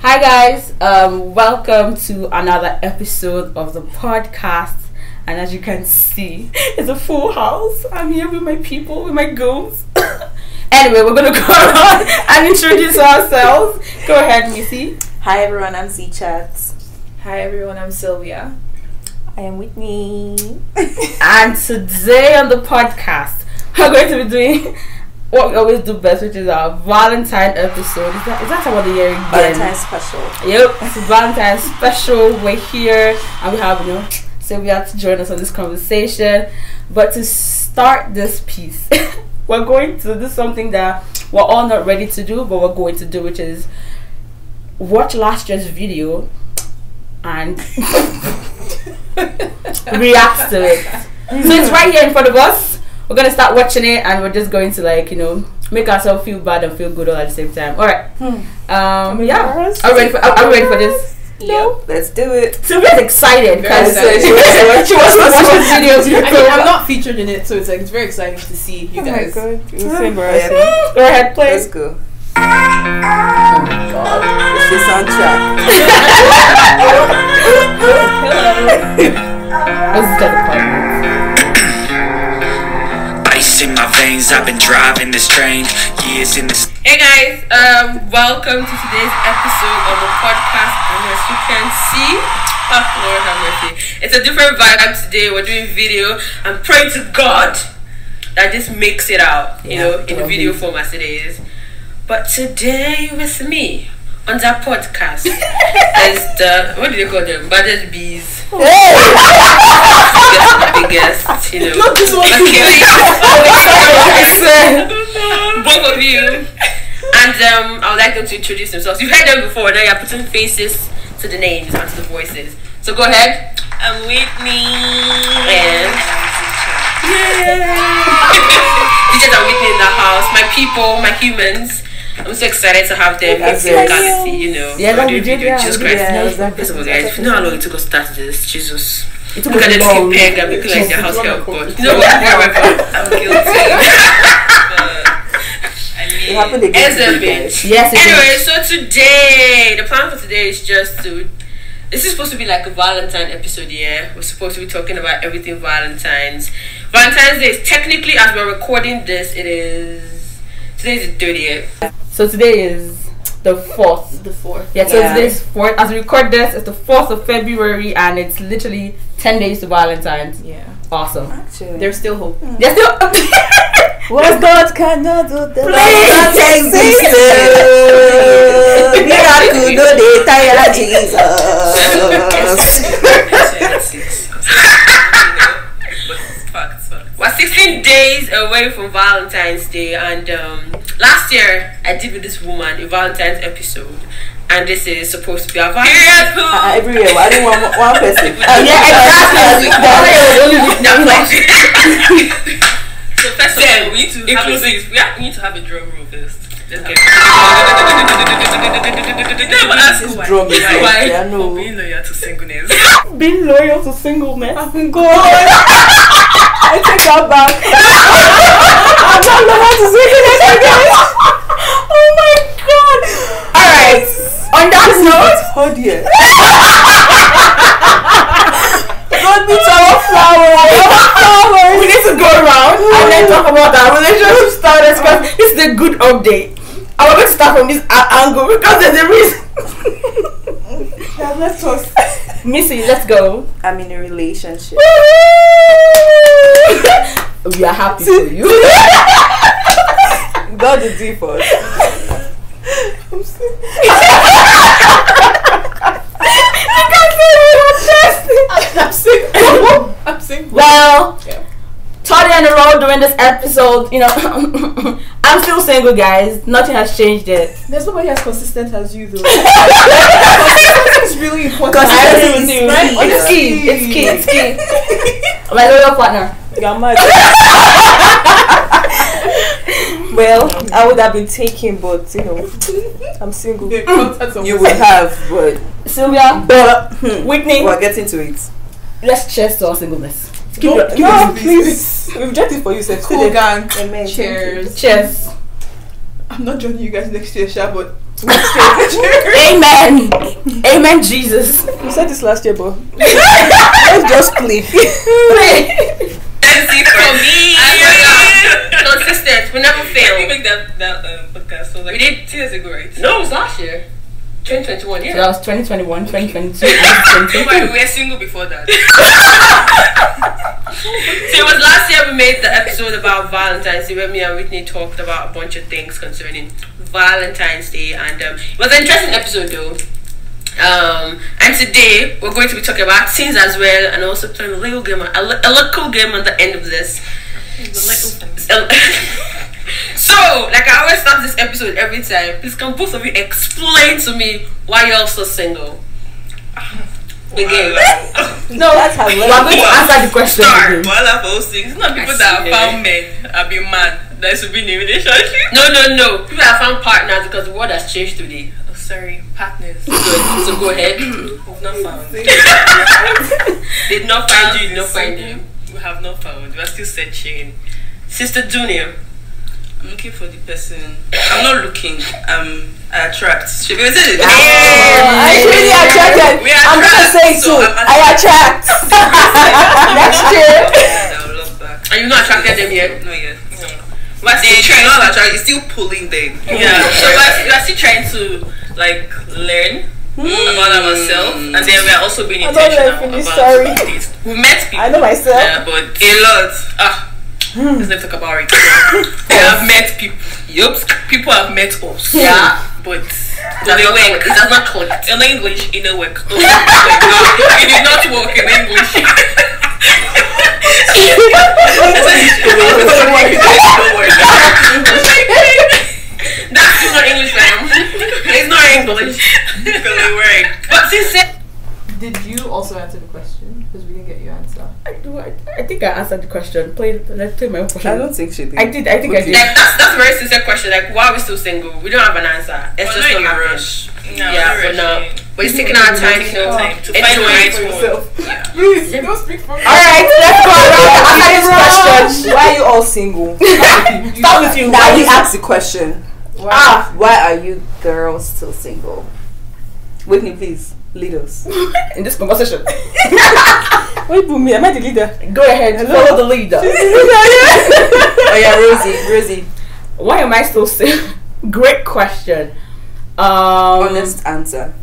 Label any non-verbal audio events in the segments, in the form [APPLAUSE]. Hi guys, um, welcome to another episode of the podcast. And as you can see, [LAUGHS] it's a full house. I'm here with my people, with my girls. [COUGHS] anyway, we're gonna [LAUGHS] go around and introduce ourselves. Go ahead, Missy. Hi everyone, I'm C Chat. Hi everyone, I'm Sylvia. I am Whitney. And today on the podcast, we're [LAUGHS] going to be doing what we always do best, which is our Valentine episode. Is that, is that time of the year again? Valentine's special. Yep, it's a Valentine's special. We're here and we have, you know, Sylvia to join us on this conversation. But to start this piece, [LAUGHS] we're going to do something that we're all not ready to do, but we're going to do, which is watch last year's video and [LAUGHS] react to it. So it's right here in front of us. We're gonna start watching it and we're just going to like, you know, make ourselves feel bad and feel good all at the same time. Alright. Um yeah. Are we ready for, are, are we ready for this? No, Oh, let's do it. Sylvia's excited because excited. she wants to [LAUGHS] watch the videos. I mean, I'm not featured in it, so it's like it's very exciting to see Oh you guys. Oh, god, it was so embarrassing. Yeah, Go ahead, let's please. go. It's the soundtrack. This is the part. Ice in my veins, I've been driving this train. Years in this. Hey guys, um, welcome to today's episode of the podcast. And as you can see, oh, Lord have mercy, it's a different vibe today. We're doing video. I'm praying to God that this makes it out, you know, in the video form as it is. But today with me on that podcast [LAUGHS] is the what do they call them? Budget bees. biggest, biggest, you [LAUGHS] know. Not this one. [LAUGHS] [LAUGHS] both of you. And um, I would like them to introduce themselves. You've heard them before, now you're putting faces to the names and to the voices. So go ahead. I'm Whitney. And. [LAUGHS] DJs are with me in the house. My people, my humans. I'm so excited to have them That's in the it. galaxy, you know. Yeah, that for we the did, video. yeah, Jesus we did, Christ. yeah, it was that First of all, first- guys, you know how long it took us to start this? Jesus. It Look at the skin peg and people like Jesus, the house it's help, wonderful. but you know what? Whatever. I'm guilty. [LAUGHS] It happened again. As to a you guys. bitch. Yes, it Anyway, so today the plan for today is just to. This is supposed to be like a Valentine episode, yeah. We're supposed to be talking about everything Valentine's. Valentine's Day is technically, as we're recording this, it is today is the thirtieth. So today is the fourth. The fourth. Yeah, so Yeah. today's fourth. As we record this, it's the fourth of February, and it's literally ten days to Valentine's. Yeah. Mm. Awesome. Actually, There's still hope. There's [LAUGHS] still. What God cannot do, the Praise [LAUGHS] [LAUGHS] Jesus. Miracle, no day, tire Jesus. We're 16 days away from Valentine's Day, and um, last year I did with this woman a Valentine's episode, and this is supposed to be our Valentine's Uh, every year, I didn't want one person. [LAUGHS] Yeah, [LAUGHS] exactly. Now, [LAUGHS] [LAUGHS] That's first- so first of all, we need to have a, inclusive. we, have, we need to have a drum roll first. Let's get Never ask This why. drum is Why? like, yeah, no. For being loyal to singleness. Being loyal to singleness. [LAUGHS] I take that back. I'm not know how to sing it again. Oh my god. All right. On that note, It's hot here. Don't be our [LAUGHS] flower. we need to go around and then talk about our relationship status because this is a good update. I want to start from this a- angle because there's a [LAUGHS] reason. Yeah, let's talk. Missy, let's go. I'm in a [LAUGHS] relationship. we are happy for you. God is it for us. I'm single. I'm single. well, Yeah. third year in a row during this episode, you know, [LAUGHS] I'm still single, guys. Nothing has changed yet. There's nobody as consistent as you [LAUGHS] though. it's really important. Consistency is key. It's key. It's key. It's key. My loyal partner. You're [LAUGHS] mad. well, I would have been taken, but [LAUGHS] you know, I'm single. The contact of- You would have, but Sylvia, but hmm, Whitney, we're getting to it. let's cheers to our singleness. Don't- Keep- don't be keep- please. We've just it for you, sir. Cool gang. Amen. Cheers. Cheers. [LAUGHS] I'm not joining you guys next year, Sha, but Amen. Amen, [LAUGHS] Jesus. You said this last year, but Let's just play. [LAUGHS] Empty for me. Consistent. We never Can we fail. make that that um, podcast? So like We did- two years ago, right? No, it was last year. 2021, So yeah. that was 2021, 2022, 2023. [LAUGHS] Don't worry, we were single before that. So it was last year we made the episode about Valentine's Day where me and Whitney talked about a bunch of things concerning Valentine's Day and um, it was an interesting episode though. Um, and today we're going to be talking about scenes as well and also playing a little game, a, li- a little game at the end of this. [LAUGHS] so, like I always start this episode every time, please can both of you explain to me why you're so single? Begin. [LAUGHS] No, that's how. We're going to answer the question. Star, again. all of those things. It's not people I that see. eh? have found men have been mad that should be in a relationship. No, no, no. People have found partners because the world has changed today. Oh, sorry, [LAUGHS] partners. Good. So go ahead. [COUGHS] We've not [LAUGHS] [LAUGHS] found. Did not find you, did not find you. We have not found. We are still searching. Sister Junior. I'm looking for the person. I'm not looking. Um, I attract. Should we say it? I really attracted. We I'm gonna attract, say it too. so I'm- I attract. [LAUGHS] Next year. I will love back. Are you not attracted them yet? No, yes. But They try not attract. It's still pulling them. Yeah. So we are, we are still trying to like learn Hmm. about ourselves, and then we are also being I don't know if intentional it is, about sorry. this. We met people. I know myself. Hmm. Yeah, but a lot. Ah, let's not talk [LAUGHS] about it. they have met people. Yup, people have met us. Yeah. but Does they not work. work. It does not click. In English, in a work. Oh, [LAUGHS] it did not work in English. That's still not English, [LAUGHS] ma'am. it's not English. But since then, Did you also answer the question? Because we didn't get your answer. I, [LAUGHS] I think I answered the question. Play, let's play my own question. I don't think she did. I did. I think I did. like that's that's a very sincere question. Like why are we still single? We don't have an answer. It's just not happening. Yeah, but no. But it's taking our time. Taking our time to find the Anyway, right one. Please, don't speak for me. All right, let's [LAUGHS] go around and answer this question. Why are you all single? [LAUGHS] Start with you. Now Why you you- ask the question. Ah, why are you girls still single? Whitney, please lead us in this conversation. Wait, for me. Am I the leader? Go ahead. Follow the leader. [LAUGHS] oh yeah, Rosie. Rosie, Why am I still single? [LAUGHS] Great question. Um, honest answer.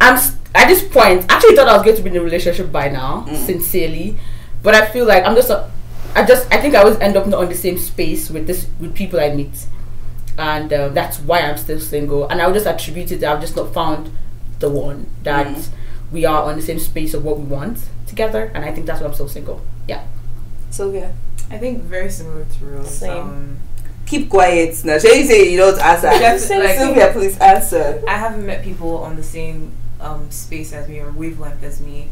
I'm s- at this point. I Actually, thought I was going to be in a relationship by now, sincerely, but I feel like I'm just. A, I just. I think I always end up not on the same space with this with people I meet, and um, that's why I'm still single. And I would just attribute it that I've just not found the one that we are on the same space of what we want together. And I think that's why I'm still single. Yeah. So yeah, I think very similar to Rose. Same. Um, keep quiet now. Shall you say you don't answer? Yes, like- Sylvia, please answer. I haven't met people on the same um, space as me or wavelength as me.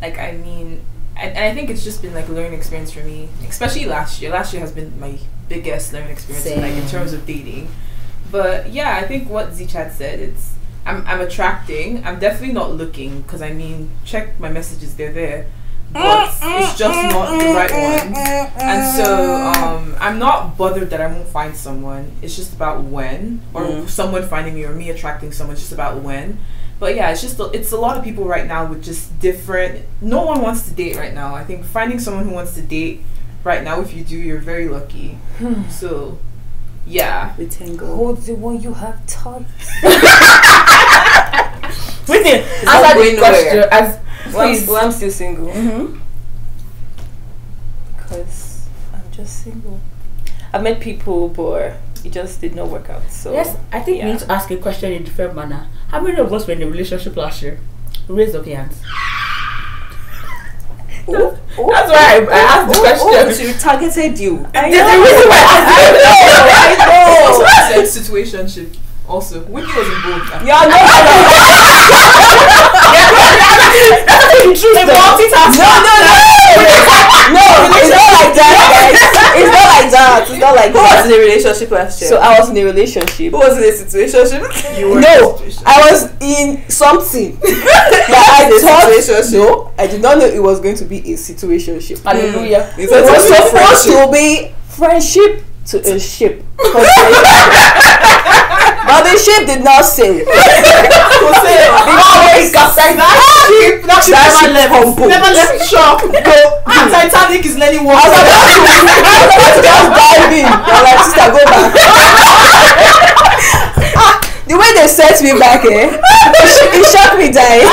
Like, I mean, I, and I think it's just been like a learning experience for me, especially last year. Last year has been my biggest learning experience, like Same. in terms of dating. But yeah, I think what Z Chad said, it's I'm, I'm attracting. I'm definitely not looking because I mean, check my messages, they're there. But it's just not the right one. And so Uh. um, I'm not bothered that I won't find someone. It's just about when, or Mm. someone finding me, or me attracting someone. It's just about when. But yeah, it's just a, it's a lot of people right now with just different. No one wants to date right now. I think finding someone who wants to date right now, if you do, you're very [SIGHS] lucky. so, yeah. [LAUGHS] we tangle. Hold the one you have touched. Whitney, not answer going this question nowhere. as Well, I'm, please. well, I'm still single Mhm. because I'm just single. I met people, but it just did not work out. So Yes, I think yeah. we need to ask a question in a different manner. How many of us were in a relationship last year? Raise up your [LAUGHS] hands. [LAUGHS] Oh, oh, That's why I- I asked Oh, the question. she targeted you. I There's a reason why I asked the question. oh, know. [LAUGHS] said situationship. Also, Whitney was involved. I Y'all know how to Hey, Monty, multitask. No, no, no. No, [LAUGHS] it's not like that. guys. It's not like that. It's not like Who that. was in a relationship last year? So I was in a relationship. Who was in a situationship? [LAUGHS] You were in a no, situationship. I was in [LAUGHS] something that I thought. No, I did not know it was going to be a situationship. Hallelujah. It was [LAUGHS] supposed to be friendship to a ship. but Now the ship did not [LAUGHS] sink. Always got that. Ah, ship- That ship That ship never left. fumbled. Never left shore. Go. And Titanic is letting [LAUGHS] I was water. about to, I was about to just dive in. They're like, sister, go back. Ah, [LAUGHS] the way they set me back, eh? It, sh- it shocked me, eh. die.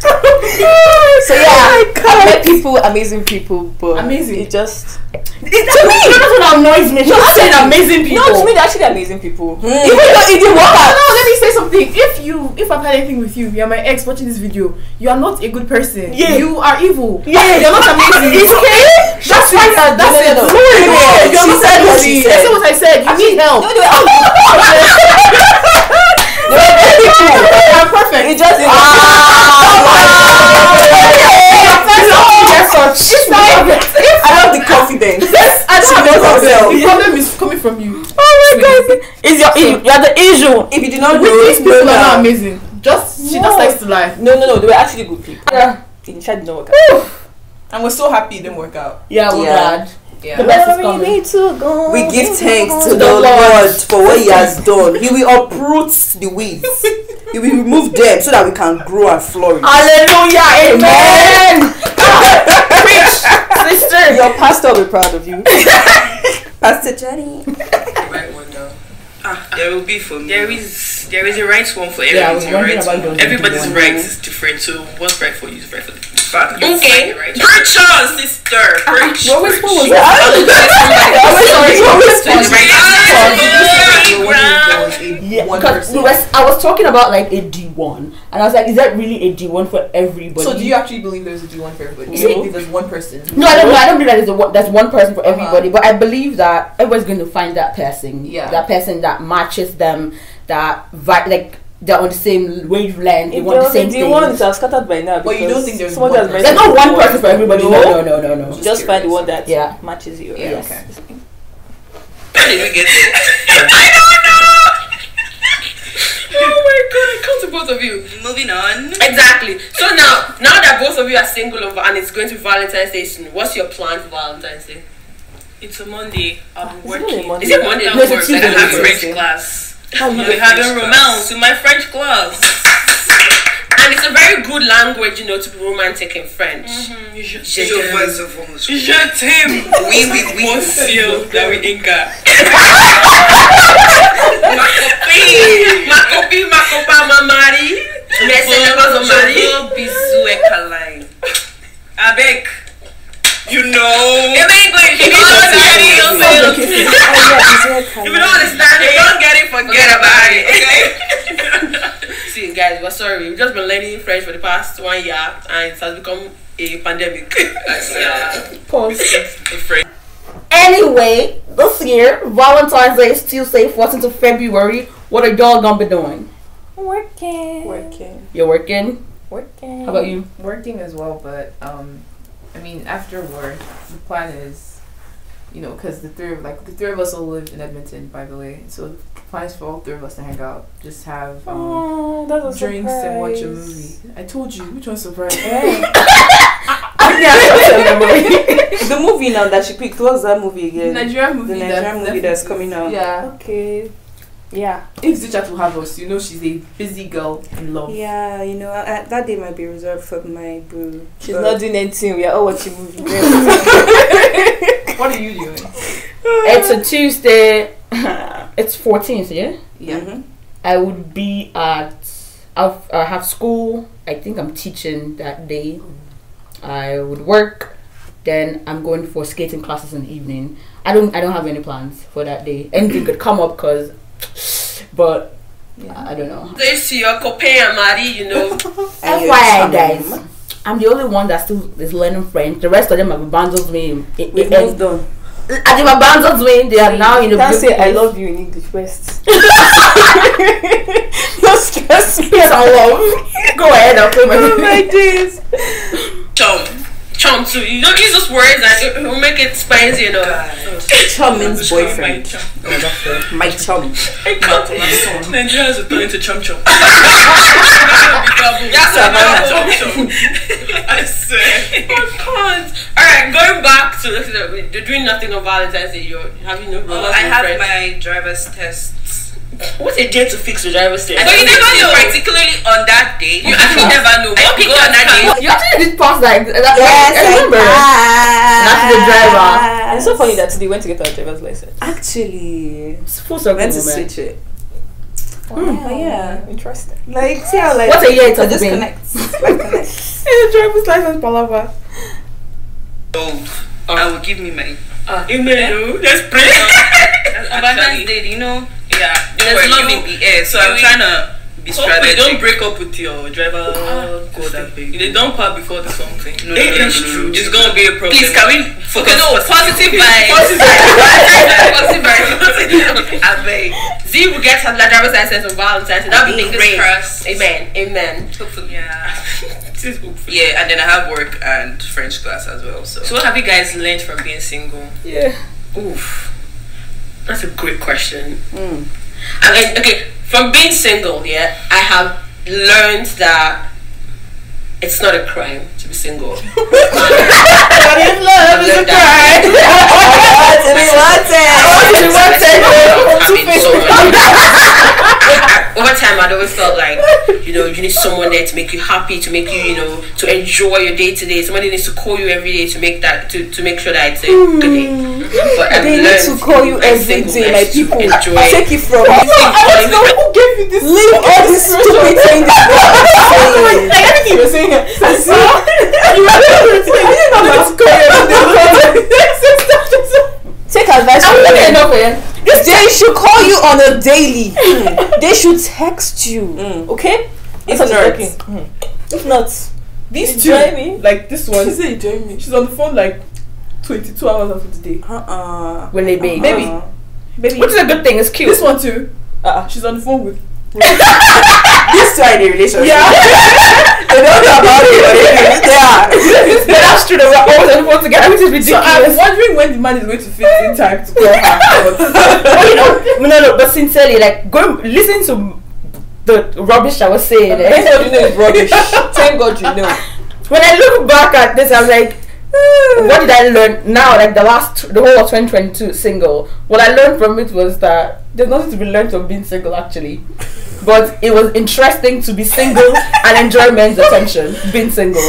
[LAUGHS] so yeah, I met people, Oh amazing people, but Amazing. It just It's to me. That's what annoys me. Just saying amazing people. no. To me, they're actually amazing people. Even though it didn't work out. No, let me say something. If you, if I've had anything with you, you're my ex watching this video, you are not a good person. Yeah. You are evil. Yeah. You're not amazing. It's okay. That's why that. That's No, it. No, You're no, no. She not said what she amazing. said. I said what I said. You need [LAUGHS] help. [LAUGHS] No, they were They were great people. I'm It perfect. just didn't Ah, [LAUGHS] She's not. I love the confidence. I She knows herself. The problem is coming from you. Oh my god. Is your you're the issue. If you do not With know, it, these uh, people blow are not down. amazing. Just she No. just likes to lie. No, no, no. They were actually good people. Yeah. It just did not work out. And we're so happy it didn't work out. Yeah, we're we're glad. glad. Yeah. The best is coming. We give thanks to To the the Lord. Lord. for what He has done. He will uproot the weeds. He will remove them so that we can grow and flourish. Hallelujah. Amen. Preach, [LAUGHS] sister. [LAUGHS] Your pastor will be proud of [LAUGHS] you. pastor Jenny. right one now. There will be for me. There is there is a right one for Yeah, I was everything, wondering right? about those Everybody's ones. right is different. So what's right for you is right for the fact. you Okay. find the Right Preach on, sister. Preach. Your whisper Ah, was preach. Oh, [LAUGHS] Oh, Sorry. Yeah, because we was- I was talking about like a D1, and I was like, is that really a D1 for everybody? So do you actually believe there's a D1 for everybody? You No. believe there's one person? No, I don't. know. I don't believe that is a one, that's one person Uh-huh. for everybody. But I believe that everyone's going to find that person. Yeah. That person that matches them. That vi- like they're on the same wavelength. They If want the the, same the thing. ones are scattered by now. But you because don't think there's someone one just person? There's mentioned not one person for everybody. No, no, No. no, no, no. Just find the one that Yeah. matches you. Yeah, yes. okay. How did we get there? I don't know. oh my god! Come to both of you. Moving on. Exactly. So now, now that both of you are single over and it's going to Valentine's Day soon, what's your plan for Valentine's Day? It's a Monday. I'm it a working. Monday? Is it Monday? No, it's a I'm Tuesday. I have French Tuesday. class. How I'm you having romance in my French class. And it's a very good language, you know, to be romantic in French. Je [LAUGHS] t'aime. Oui, oui, oui. Mon ciel, that we ain't got. Makopi, Makopi, Makopa, Mamari. Merci, Napa, Mamari. Jogo bisu ekaline. Abeg. You know. If you don't If you don't understand get it, it, don't don't say say it. Oh, yeah, it's If okay. you don't understand it, don't get it, forget about it. Okay. [LAUGHS] See, guys, we're sorry. We've just been learning French for the past one year, and it has become a [LAUGHS] pandemic. yeah. Pause. French. Anyway, this year Valentine's Day is Tuesday, 14th of February. What are y'all gonna be doing? Working. You're working. Working. How about you? working as well, but um, I mean after work, the plan is, you know, because the three of like the three of us all live in Edmonton, by the way. So the plan is for all three of us to hang out, just have um, Oh, that was drinks surprise. and watch a movie. I told you, which one's surprise? the movie now that she picked, what's that movie [LAUGHS] the again? Nigerian movie. the Nigerian movie that's coming out. Yeah, Okay. Yeah. Ixichat will have us. You know, she's a busy girl in love. Yeah, you know, I, I, that day might be reserved for my boo. She's but- not doing anything. We are all watching movie. [LAUGHS] Girl. What are you doing? It's a Tuesday. [LAUGHS] it's 14th, yeah. Yeah. I would be at. I'll, I have school. I think I'm teaching that day. I would work. Then I'm going for skating classes in the evening. I don't. I don't have any plans for that day. Anything could come up, cause. [SIGHS] But I don't know. Thanks to your Cope and Mari, you know. And you're FYI, charming. guys. I'm the only one that still is learning French. The rest of them have abandoned me. in- in- We've in- moved on. I think abandoned me. They are now in You the. can't say I place. love you in English first. no stress. Yes, I love. Go ahead and [LAUGHS] play my. Oh my days. chum. Chum too. You don't use those words and it will make it spicy, you know. Chum means My boyfriend. chum. [LAUGHS] My chum. I can't. Nigerians are turning to chum chum. That's what I'm Chum chum. I [LAUGHS] swear. Alright, going back to the, the doing nothing on Valentine's Day, you're having no Well, I have my driver's test What's a day to fix the driver's steering? So you never know. particularly on that day. You actually Yeah. never know. What I people think on that that's day? You actually did pass that. that Yes, I remember. That's the driver. And it's so funny that today went to get our driver's license. Actually, It's full circle went to moment. switch it. Wow. yeah. Interesting. Like, see how like What a year it I has just been. connect. Like, connect. [LAUGHS] And the driver's license palaver. Old. I will give me my Emelu, Let's pray. Valentine's Day, you know, Yeah, there's you were love you- in the air. So I'm we- trying to be Hope we strategic. Ah. don't break up with your driver. go that baby. They don't part before the something. No, It is true. It's gonna be a problem. Please, can we focus? Okay, no, positive vibes. [LAUGHS] Positive Positive vibes. I beg. Z will get her driver's license on Valentine's Day. That'll be Fingers great. crossed. Amen. Amen. Hopefully. Yeah. [LAUGHS] Yeah, and then I have work and French class as well. So. So what have you guys learned from being single? Yeah. Oof. That's a great question. Hmm. I mean, okay, from being single, yeah, I have learned that it's not a crime to [LAUGHS] be single. love is a crime. What? We want it. She wanted having someone. Over time, I'd always felt like, you know, you need someone there to make you happy, to make you, you know, to enjoy your day to day. Somebody needs to call you every day to make that, to, to make sure that it's a good day. But I've Hmm. They need to learned call you in every day, my singleness to people. Enjoy Take it from I me. want to know who gave you this. Leave all this stupid thing that [LAUGHS] [LAUGHS] Like everything you were saying. here. I [LAUGHS] saw. You were Let's go. [LAUGHS] Take advice I'm from looking them. enough for you. They should call you on [LAUGHS] a daily. Mm. they should text you. Okay? That's what I'm talking. Mm. If not, These You two, join me? like this she one, said you join me. she's on the phone like 22 hours of the day. Uh-uh. When they bake. Baby, baby. Which is a good thing. It's [LAUGHS] cute. This one too. Uh-uh. Uh, she's on the phone with. This two are in a relationship. Yeah. They don't know about [LAUGHS] it. [LAUGHS] but They are. But that's true. That we're always on the phone together, which is uh, so I'm ridiculous. wondering when the man is going to [LAUGHS] fit in time to call her. But you know, [LAUGHS] no, no. But sincerely, like, go listen to the rubbish I was saying. eh. Thank God you know it's [LAUGHS] rubbish. Thank God you know. when I look back at this, I'm like, "Hmm, what did I learn now? Like the last, the whole of 2022 single. What I learned from it was that there's nothing to be learned from being single, actually. But it was interesting to be single and enjoy men's attention. Being single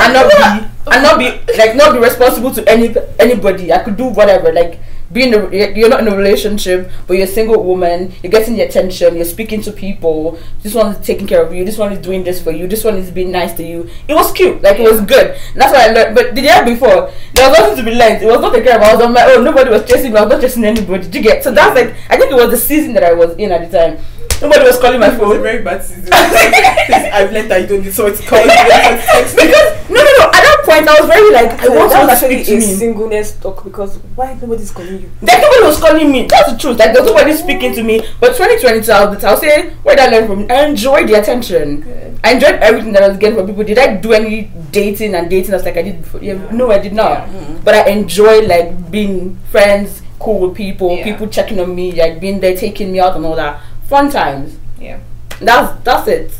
and not be and not be like not be responsible to any anybody. I could do whatever. Like being a, you're not in a relationship, but you're a single woman. You're getting the attention. You're speaking to people. This one is taking care of you. This one is doing this for you. This one is being nice to you. It was cute. Like it was good. And that's what I learned. But the year before, there was nothing to be learned. It was not a crime. I was on my own. Nobody was chasing me. I was not chasing anybody. Did you get? So that's like I think it was the season that I was in at the time. Nobody was calling my It was a phone. [LAUGHS] very bad season. Please, I've learned that you don't need someone to call you. Text me. because no, no, no. At that point, I was very like, I want someone to That's actually speak to a me. singleness talk because why nobody's calling you? Like nobody was calling me. That's the truth. Like there was nobody speaking to me. But 2022, I'll, I'll say, where did I learn from? I enjoyed the attention. I enjoyed everything that I was getting from people. Did I do any dating and dating as like I did before? Yeah, No, I did not. Mm-hmm. But I enjoyed like being friends, cool with people, Yeah. people checking on me, like being there, taking me out and all that. Fun times. Yeah. That's that's it.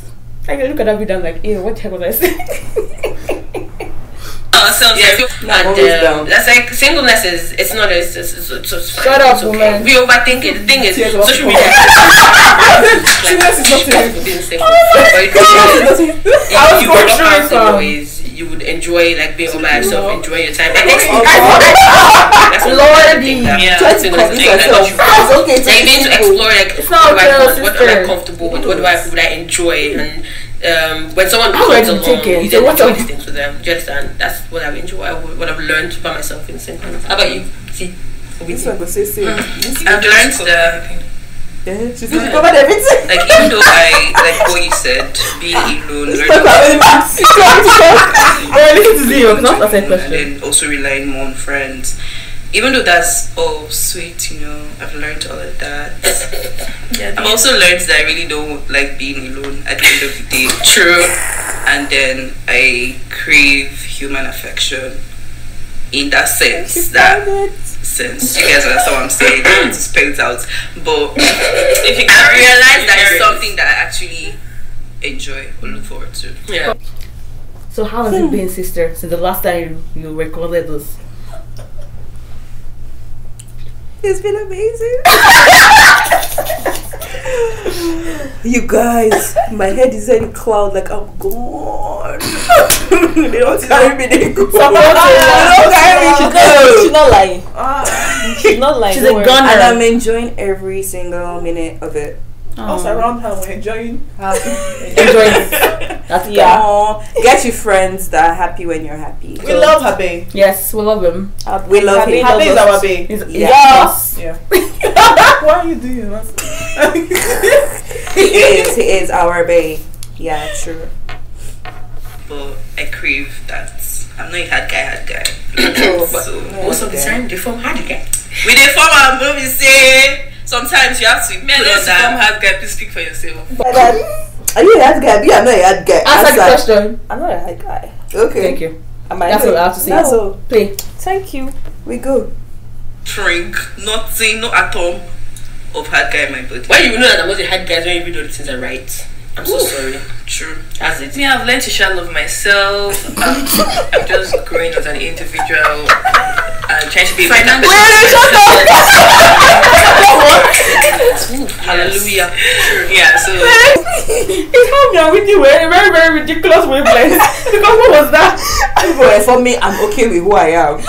I can look at that video. I'm like, ew, what the heck was I [LAUGHS] saying? ourselves. Yeah. Oh, And always um, down. that's like singleness is it's not it's, it's, it's, it's, it's fine. Shut up, it's okay. woman. We overthink it. The thing is, Tears of social media. [LAUGHS] Singleness is not like, a- being single. But it really is. I was If you going were through it, not out um, anyways, you would enjoy like being all by yourself, enjoying your time. I And next thought- thing- that's what I Lordy. think that- Yeah. that's singleness thing that you- It's okay. so you need to explore like It's what, not do I, girl, want, what am I sister. comfortable with, what do I would I enjoy, and um, when someone How comes are you along, taken? you So then what enjoy are- these things with them. Do you understand? That's what I've enjoyed, what what I've learned about myself in singleness. How about you? See, This one go say say. Mm. I've learned that, Yeah, She's covered everything. like, even though I like what you said, being alone, learning Talk about it. Oh, listen to zero. Not a and question. then also relying more on friends. Even though that's all sweet, you know, I've learned all of [COUGHS] that. I've also learned that I really don't like being alone at the end of the day. True. And then I crave human affection in that sense. That sense. You guys understand what I'm [COUGHS] saying? I want to spell it out. But if you I realized that it's something that I actually enjoy or look forward to. yeah. So how has it been, sister, since the last time you, you recorded this? It's been amazing. You guys, my head is in cloud like I'm gone. [LAUGHS] they don't carry me. They go. They don't carry me. She go. She's not lying. Ah, She's not lying. She's a don't worry. And I'm gunner. enjoying every single minute of it. us around her, we're enjoying. Enjoy this. [LAUGHS] That's yeah. Yeah. Oh, get you friends that are happy when you're happy. We love her, babe. Yes, we love him. We love Happy him. Her loves babe is us. He's, our babe. he's Yeah. us. Yeah. Why are you doing that? He is. He is our bae. Yeah, true. But I crave that. I'm not a hard guy, hard guy. True. so most of the time, they form Oh, hard guy. We they form our movie say sometimes you have to Men, put let's on become that. hard guy. Please speak for yourself. Like that. um, Are you a hard guy? Yeah, I'm not a hard guy. Answer the question. I'm not a high guy. Okay. Thank you. Am I That's all I have to say. That's all. Play. Thank you. We go. Drink nothing, no atom of hard guy in my body. Why you know that I'm not a hard guy when you do the things I write? I'm so Ooh. sorry. True. As it. Me, I've learned to share love myself. I'm, I'm just growing as an individual. I'm trying to be a better Financial- person. Hallelujah. Hallelujah. True. Yeah. So It's how me and Whitney were in a very, very ridiculous wavelength. [LAUGHS] because what was that? People were for me. I'm okay with who I [LAUGHS] am. no,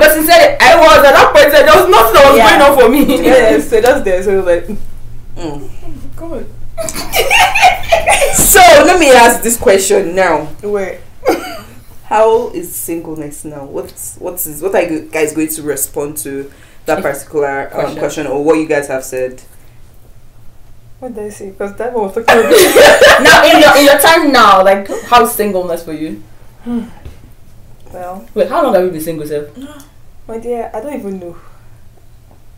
but sincerely, I was at that point. There was nothing that was Yeah. going on for me. yes, so that's there. So it was like. God. Mm. So let me ask this question now. Wait. How is singleness now? What's what's is what are you guys going to respond to that particular um, Question. question or what you guys have said? What did I say? Because that one was talking about now, in your in your time now, like how's singleness for you? Well, Wait, how long have you been single, sir? my dear, I don't even know.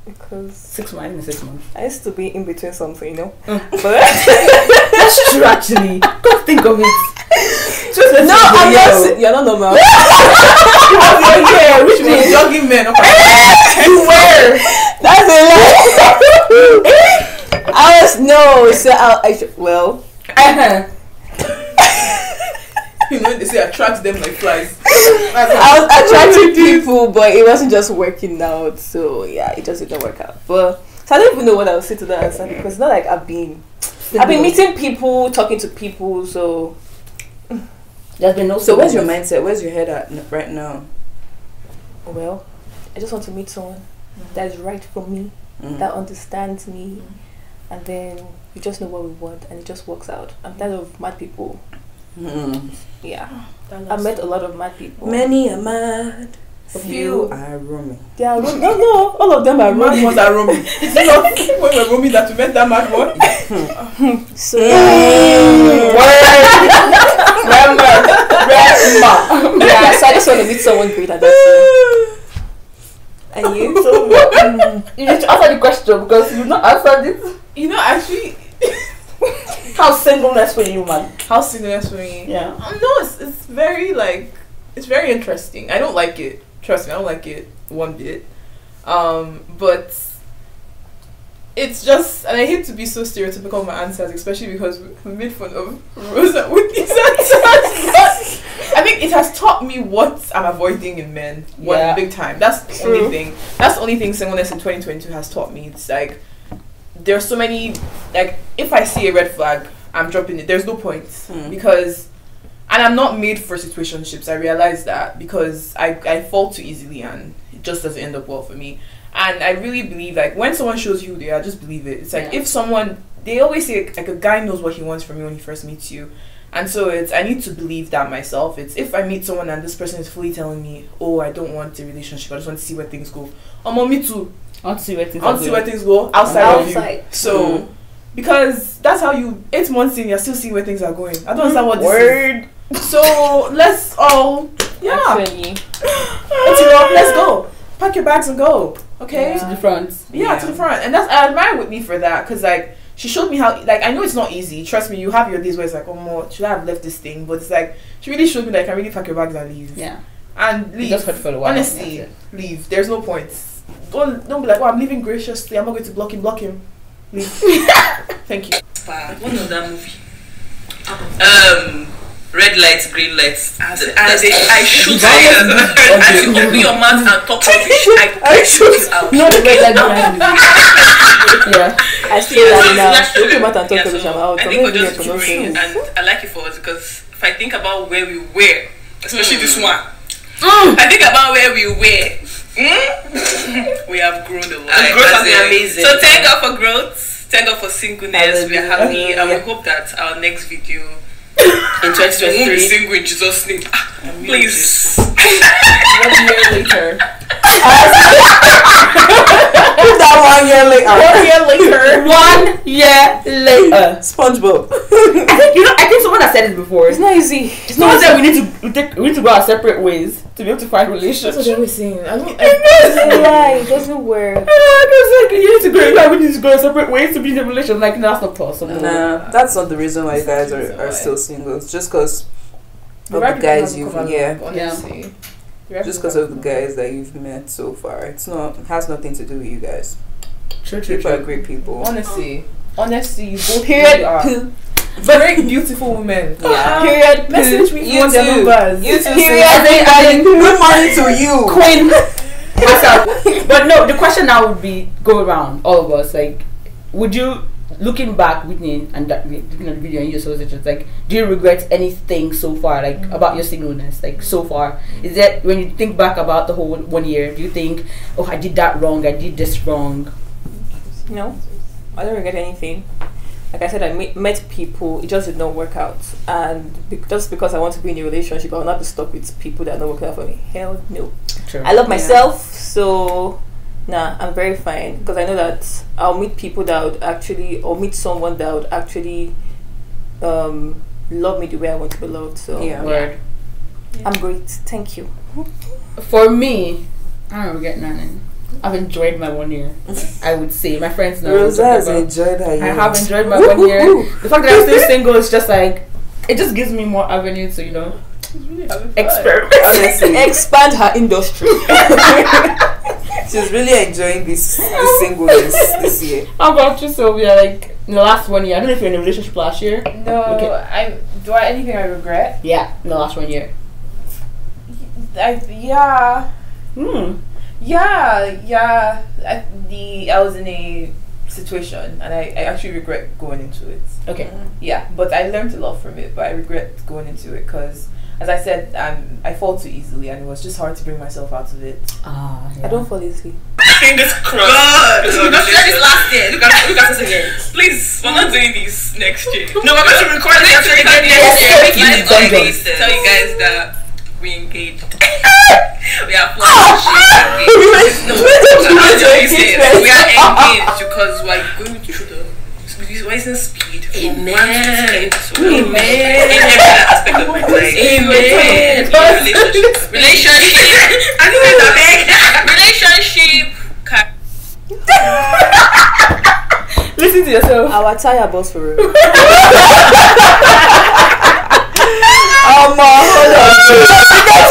Because Six months. I think it's Six months. I used to be in between something, you know? Mm. That's true, actually. Go think of it. Just no, [LAUGHS] I'm not si- You're not normal. yeah, which means Jogging men. Okay. you were. That's a lie. I was no. So I, I sh- well. Uh-huh. You know, they say attracts them like flies. I was attracting people, but it wasn't just working out. So yeah, it just didn't work out. But so I don't even know what I would say to that answer because it's not like I've been I've been meeting people, talking to people. So There's been no. so where's your singleness. mindset? Where's your head at n- right now? Well, I just want to meet someone that is right for me, Mm. that understands me, and then we just know what we want and it just works out. I'm tired of mad people. Mm. Yeah. I met a lot of mad people. Many are mad, Few are roaming. They are ro- no, no, all of them are Mad wrong. ones are roaming. [LAUGHS] Is [LAUGHS] it not when we're roaming that we met that mad [LAUGHS] one? So, yeah, [LAUGHS] so I [LAUGHS] just want to meet someone great at that time. [LAUGHS] And you? So, mm, you need to answer the question because you've not answered it. You know, actually, How's singleness for you, man? house singleness for me. Yeah. Um, no, it's, it's very like it's very interesting. I don't like it. Trust me, I don't like it one bit. Um, but it's just, and I hate to be so stereotypical of my answers, especially because we made fun of Rosa with these answers. but I think it has taught me what I'm avoiding in men, one Yeah. big time. That's the only thing. That's the only thing singleness in 2022 has taught me. It's like there's so many. Like if I see a red flag, I'm dropping it. There's no point Mm. because and I'm not made for situationships. I realize that because I, I fall too easily and it just doesn't end up well for me. And I really believe like when someone shows you who they are, just believe it. It's like Yeah. if someone they always say like a guy knows what he wants from you when he first meets you. And so it's I need to believe that myself. It's if I meet someone and this person is fully telling me, Oh, I don't want a relationship, I just want to see where things go. Um, me too. I want to see where things I want are to see going. where things go outside, of you. Outside. So because that's how you eight months in, you're still seeing where things are going. I don't understand what this is. Mm-hmm. Word. So let's all yeah, Actually, let's go. Let's go. Pack your bags and go. Okay. To Yeah, the front. to the front, and that's I admire Whitney for that because like she showed me how like I know it's not easy. Trust me, you have your days where it's like oh more should I have left this thing, but it's like she really showed me that I can really pack your bags and leave. Yeah. And It leave. just hurt for a while. Honestly, That's leave. There's no point. Don't don't be like oh I'm leaving graciously. I'm not going to block him. Block him. [LAUGHS] Leave. Thank you. Ah, What was that movie? Um, red lights, green lights. I, said, Th- I, that's- said, I shoot you. Guys- As you open your mouth and [LAUGHS] talk rubbish, I, I shoot you out. No, the red light behind you. [LAUGHS] Yeah. I see that now. International. Open your mouth and talk Yeah, to me. so I'm out. I I'm think not we're even just touring, pronouncing and it. I like it for us because if I think about where we were, especially this one, [LAUGHS] Mm. I think about where we were. Mm? [LAUGHS] we have grown a And lot. Hmm? growth has As been a- amazing. So thank God for growth. Thank God for singleness. We are happy, and we hope that our [LAUGHS] next video In we won't be 2023. single in Jesus' name. Ah, Please. One year later. Put that one uh, year later. One [LAUGHS] year later. One year later. SpongeBob. I think you know. I think someone has said it before. It's not [LAUGHS] easy. It's Someone not said we need to we, take, we need to go our separate ways to be able to find relationships. That's what we're saying. I don't. [LAUGHS] It doesn't easy. work. [LAUGHS] Yeah, it doesn't work. I was like, you need to go. Like, we need to go our separate ways to be in a relationship. Like, no, that's not possible. Nah, that's not the reason why you guys That's are, the are reason still single. It's just because The of the right people guys have you've come yeah, along, Yeah. honestly. The right just people because of the have guys that you've met so far. It's not has nothing to do with you guys. True, true, People are true. great come people. along. Honestly, honestly, you both Period. really are Poo. very beautiful women. Yeah. Period. Message me if you want their numbers. You too. Period. sis. Good morning [LAUGHS] to you. Queen. Myself. But no, the question now would be go around all of us. Like, would you looking back, Whitney, and that, looking at the video and you yourself, it's just like, do you regret anything so far, like Mm. about your singleness, like so far? Is that when you think back about the whole one year, do you think, oh, I did that wrong, I did this wrong? No, I don't regret anything. Like I said, I met, met people, it just did not work out. And be- just because I want to be in a relationship, I'll not be stuck with people that are not working out for me. Hell no. True. I love myself, so nah, I'm very fine because I know that I'll meet people that would actually, or meet someone that would actually um, love me the way I want to be loved. So Yeah. Word. I'm great. Thank [LAUGHS] you. For me, I don't regret nothing. I've enjoyed my one [LAUGHS] year. I would say my friends know. what I'm Rosa talking has about. enjoyed her year. I have enjoyed my Woo, one woo, year. woo. The fact that I'm [LAUGHS] still single is just like it just gives me more avenue to you know experiment. Honestly, Expand her industry. [LAUGHS] she's really enjoying [LAUGHS] this, this singleness this year. [LAUGHS] How about you, Sylvia? Like in the last one year, I don't know if you're in a relationship last year. No, Okay. I do I anything I regret? Yeah, in the last one year. I yeah. Hmm. Yeah, yeah. I, the I was in a situation and I, I actually regret going into it. Okay. Yeah, but I learned a lot from it. But I regret going into it because, as I said, um, I fall too easily, and it was just hard to bring myself out of it. Ah. I don't fall easily. Fingers crossed. God, not this last year. Look at, look at us again. Please, we're not doing this next year. No, we're going to record it after the Yes, next year. Make it yes, nice. yes. Tell you guys that we [LAUGHS] engaged. we are [LAUGHS] flashing. No, How we're do I say it? We [LAUGHS] are engaged because we're going through the rising speed from Amen. one to ten. Amen. In every aspect of my life. Amen. [LAUGHS] Relationship. Relationship. I think that's a big- Relationship. Listen to yourself. Our tire boss for real. Oh my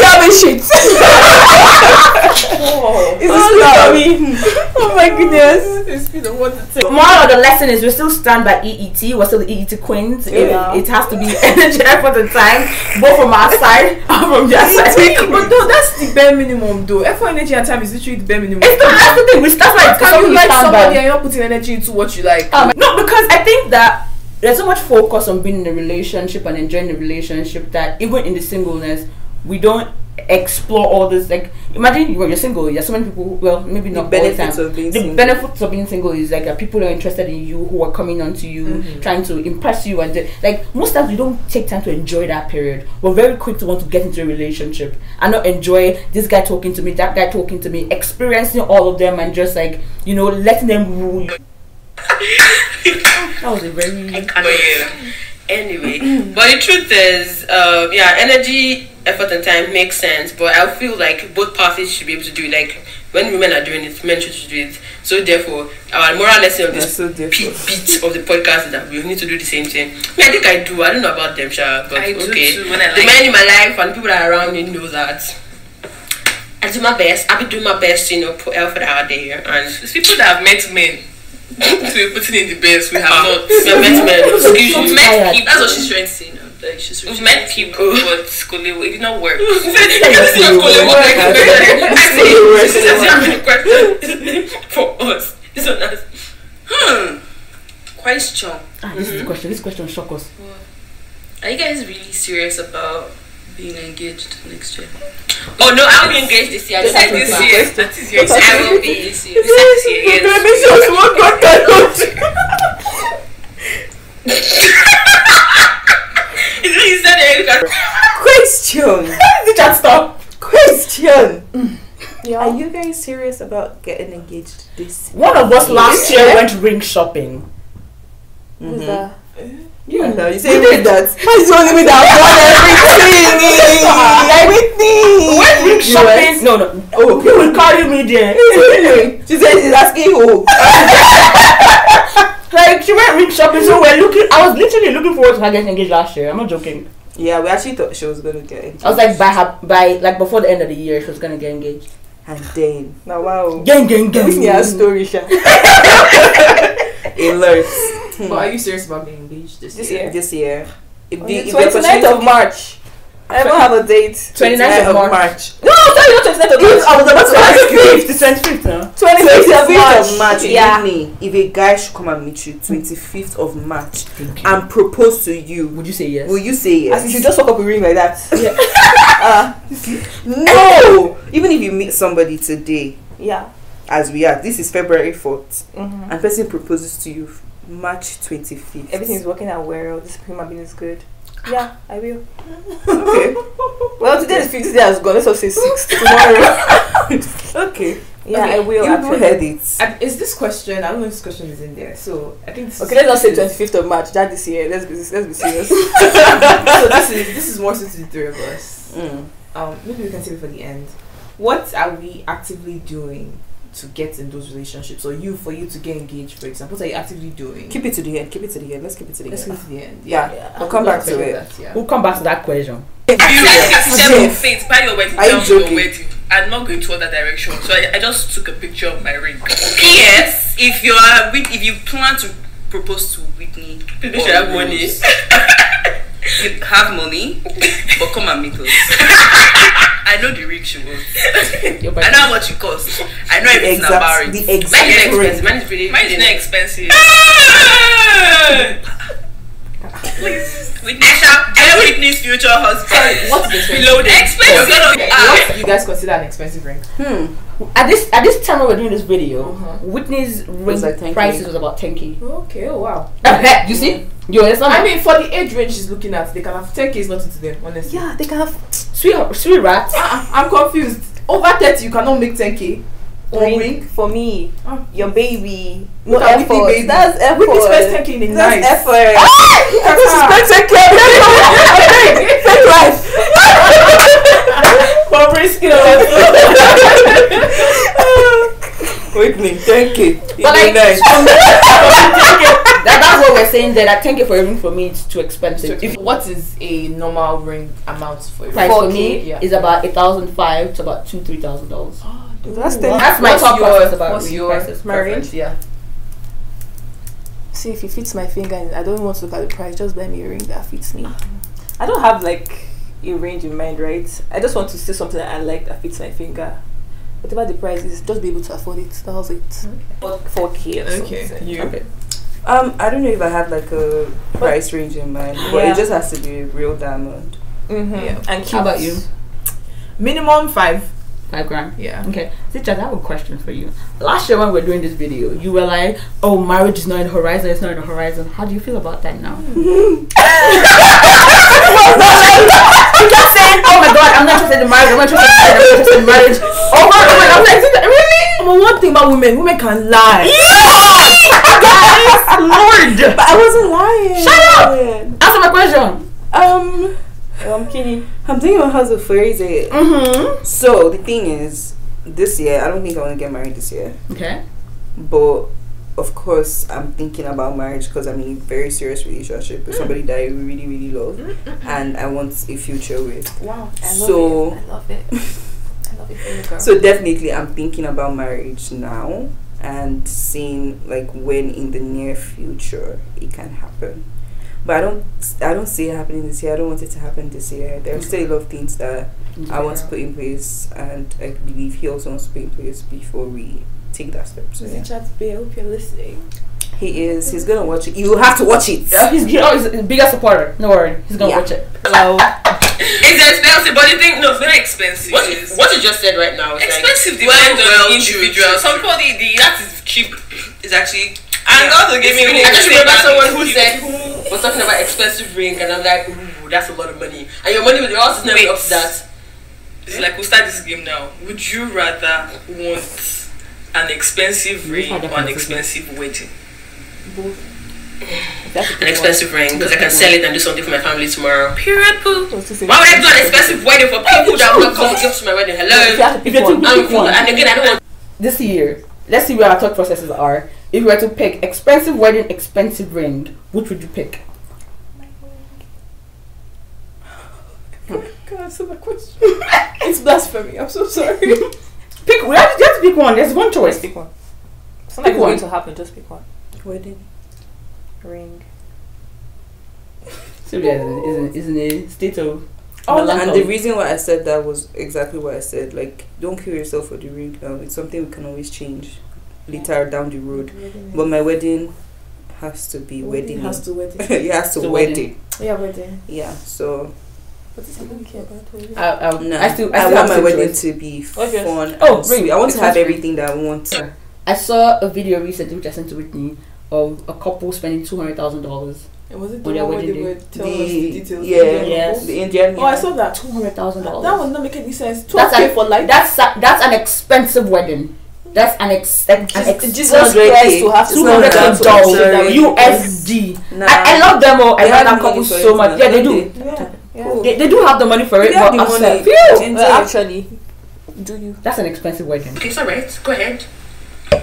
[LAUGHS] tell me [LAUGHS] shit. It's not. [LAUGHS] Oh my goodness. Moral of the lesson is we still stand by EET. We're still the EET queens. It- Yeah. It, has to be [LAUGHS] energy, effort, and time, both from our side and from their E but side. no, that's the bare minimum, though. Effort, energy, and time is literally the bare minimum. It's the, that's the thing. We, that's why it's Can something you we like stand by. somebody and you're not putting energy into what you like? Um, no, because I think that there's so much focus on being in a relationship and enjoying the relationship that even in the singleness, we don't explore all this. Like, imagine you- when you're single, there's so many people. who- Well, maybe The not all the benefits time. of being The single. benefits of being single is like that people are interested in you, who are coming on to you, trying to impress you, and the- like most times we don't take time to enjoy that period. We're very quick to want to get into a relationship and not enjoy this guy talking to me, that guy talking to me, experiencing all of them, and just like you know letting them rule. [LAUGHS] you. That was a very But yeah. [LAUGHS] Anyway, but the truth is, uh, yeah, energy, effort, and time makes sense. But I feel like both parties should be able to do it. Like when women are doing it, men should do it. So therefore, our moral lesson of They're this so pe- different. beat of the podcast is that we need to do the same thing. Me, I think I do. I don't know about them, sure, but I do okay. too when I the like- men in my life and people that are around me know that. I do my best. I've been doing my best, you know, put effort out there, [LAUGHS] and It's people that have met men. so we're putting in the best. We have my not. best man. So [LAUGHS] Excuse me. tired. That's what she's trying to say now. Like she's We've met people, but school it did not work. This is not calling work. I say, this is a real question for us. This one us. Hmm. Question: Ah, this is the question. This question shock us. Are you guys really serious about being engaged next year? Oh no, I'll be engaged this year. I decided That's this okay. year. That is your I I will be this year. Next year, yes. [LAUGHS] You said it. Question. Just stop. Question. Are you guys serious about getting engaged this? One of us last year went ring shopping. Who's that? Yeah, no, you say did that. I just want to be that Went everything. ring You went? shopping. No, no. Oh, you will carry me there. Everything. She said she's asking who. Like she went ring shopping, so we're looking. I was literally looking forward to her getting engaged last year. I'm not joking. Yeah, we actually thought she was gonna get engaged. I was like by her, by like before the end of the year, she was gonna get engaged. and then now wow. Gang, gang, gang. Oh. This is your story, Sha. Alert. But are you serious about being engaged this, This year? year. This year. If On the, the if the opportunity- 29th of March. I don't have a date. 29th of March. No, sorry, not 29th of March. I was about to ask you. It's the twenty fifth now. 25th of March. Yeah. evening, if a guy should come and meet you 25th of March and propose to you, Would you say yes? will you say yes? [LAUGHS] As if you just walk up a ring like that. no! Even if you meet somebody today, Yeah. as we are, this is February 4th, Mm-hmm. and person proposes to you March 25th. Everything's [LAUGHS] working out well. This human being is good. Yeah, I will. okay. Well, today is 50 days gone. Let's all say [LAUGHS] 6 tomorrow. [LAUGHS] Okay. yeah, Okay, I will. you actually. heard it. I- Is this question? I don't know if this question is in there. So I think. This Okay, let's not say [LAUGHS] is, 25th of March. That this year. Let's be, let's be serious. so this is this is more so to the three of us. Mm. Um, maybe we can save it for the end. What are we actively doing to get in those relationships, or you for you to get engaged, for example? What are you actively doing? Keep it to the end. Keep it to the end. Let's keep it to the Let's end. go to the end. Yeah, we'll come back to it. That, yeah. We'll come back to that question. You Yes. said seven things by your wedding. Are you tell me your joking? wedding. I'm not going to other direction, so I, I just took a picture of my ring. Yes, If you are, with- if you plan to propose to Whitney, People should have money. [LAUGHS] You have money, but come and meet [LAUGHS] us. I know the ring she wants. Your I know how much it costs. I know everything exact- about it. the exact Mine is ring. expensive. Mine is really. mine is not expensive. Whitney, I Whitney's future husband. What's the expensive? Below the expensive. What you guys consider an expensive ring? At this at this time when we're doing this video, Whitney's ring like 10K. prices was about ten k. Uh-huh. Okay. Oh wow. Uh, you see, yo, it's not. I mean, for the age range she's looking at, they can have 10k is nothing to them, honestly. yeah, they can have. sweet sweet [LAUGHS] rat. Uh-uh, I'm confused. Over 30, you cannot make 10k. Or Ring, ring. for me, Ah. your baby. No at effort. Whitney baby. That's effort. Whitney spends 10k in a night. That's effort. [LAUGHS] That's For risking a lot. Whitney, thank you. But like, nice. for me, [LAUGHS] that, that's what we're saying. That I think for a ring for me, it's too So expensive. if, what is a normal ring amount for a price ring? for me yeah. Oh, is about a thousand five to about two three thousand dollars. Oh, That's ten. That's my What's top your- prices about what's ring your prices. Preference, Yeah. See, if it fits my finger, and I don't want to look at the price. Just buy me a ring that fits me. I don't have like a range in mind, right? I just want to see something that I like that fits my finger. Whatever the price is, just be able to afford it. That was it. Four K. Okay. You. Um, I don't know if I have like a price range in mind, but Yeah. it just has to be a real diamond. Mm-hmm. Yeah. And cute. How about you? Minimum five. Five grand. Yeah. Okay, Sitcha, I have a question for you. Last year when we were doing this video, you were like, "Oh, marriage is not in the horizon. It's not in the horizon." How do you feel about that now? I'm just saying, oh my god, I'm not interested in marriage. I'm not interested in marriage. I'm not interested in marriage. Oh Over and over. and I'm like, Sitcha, [LAUGHS] really? [LAUGHS] Oh But one thing about women, women can lie. Yes, Lord. But I wasn't lying. Shut Answer my question. Um, I'm kidding. I'm thinking about how to phrase it. Mm-hmm. So the thing is, this year I don't think I want to get married this year, Okay. but of course I'm thinking about marriage because I'm in a very serious relationship with somebody that I really really love and I want a future with. Wow. I love So- it. I [LAUGHS] love it. I love it for you, girl. So definitely I'm thinking about marriage now and seeing like when in the near future it can happen. But I don't I don't see it happening this year. I don't want it to happen this year. There are still a lot of things that I want to put in place, and I believe he also wants to put in place before we take that step. So yeah. Chat B, I hope you're listening. he is. He's gonna watch it. You will have to watch it. Yeah, [LAUGHS] he's, oh, he's always the biggest supporter. No worry, he's gonna Yeah. watch it. Well, It's expensive, but the thing, no, it's very expensive. What you, what you just said right now is like, expensive Well, depends well, on the true, individual. true, Some true. people, the, the, that is cheap. it's actually. And God will give me I just hope. remember Say someone that who is said who was talking about expensive ring, and I'm like, ooh, that's a lot of money. And your money will all never up to that. It's like, we'll start this game now. Would you rather want an expensive ring had that or an conversation. expensive wedding? An expensive ring because I can sell it and do something for my family tomorrow. Period. Poo. What's this? Why would I do an expensive wedding for people that will not come gifts to my wedding? [LAUGHS] If you Hello. have to pick If you're one. too I'm pick cool. one And again, I don't want this year, let's see where our thought processes are. If you were to pick expensive wedding, expensive ring, which would you pick? God, so Oh my question. [LAUGHS] it's blasphemy. I'm so sorry. Pick. We have to just pick one. There's one choice. Pick one. Something Pick is going one. to happen. Just pick one. Wedding. Ring. So there's an, isn't isn't a state of Oh, and the reason why I said that was exactly what I said. Like, don't kill yourself for the ring. Um, it's something we can always change later down the road. But my wedding has to be wedding. has to wedding. [LAUGHS] it has to It's a wedding. wedding. yeah, wedding. Yeah. So What is even care about wedding? I, I, no, I still I, I, still have want my two wedding choices. to be What's yours? fun. Oh, and ring. sweet. I want to It's have ring. everything that I want. I saw a video recently which I sent to Whitney of a couple spending two hundred thousand dollars. And was it the What one where their they wedding were telling us the The, details? yeah, Yes. the Indian. Oh, I saw that. Two hundred thousand dollars. That would not make any sense. That's Twelve k an- for life. That's a, that's an expensive wedding. That's an ex. an ex- Jesus Christ to have Two hundred That's what dollars I'm saying. USD. Nah. I, I love them all. I They love that have the couple money for so it, much. man. Yeah, they do. yeah, yeah. Cool. They, they do have the money for it, They have but the I'm money. sorry. Phew. Enjoy. Well, actually, do you? That's an expensive wedding. It's alright. Go ahead. I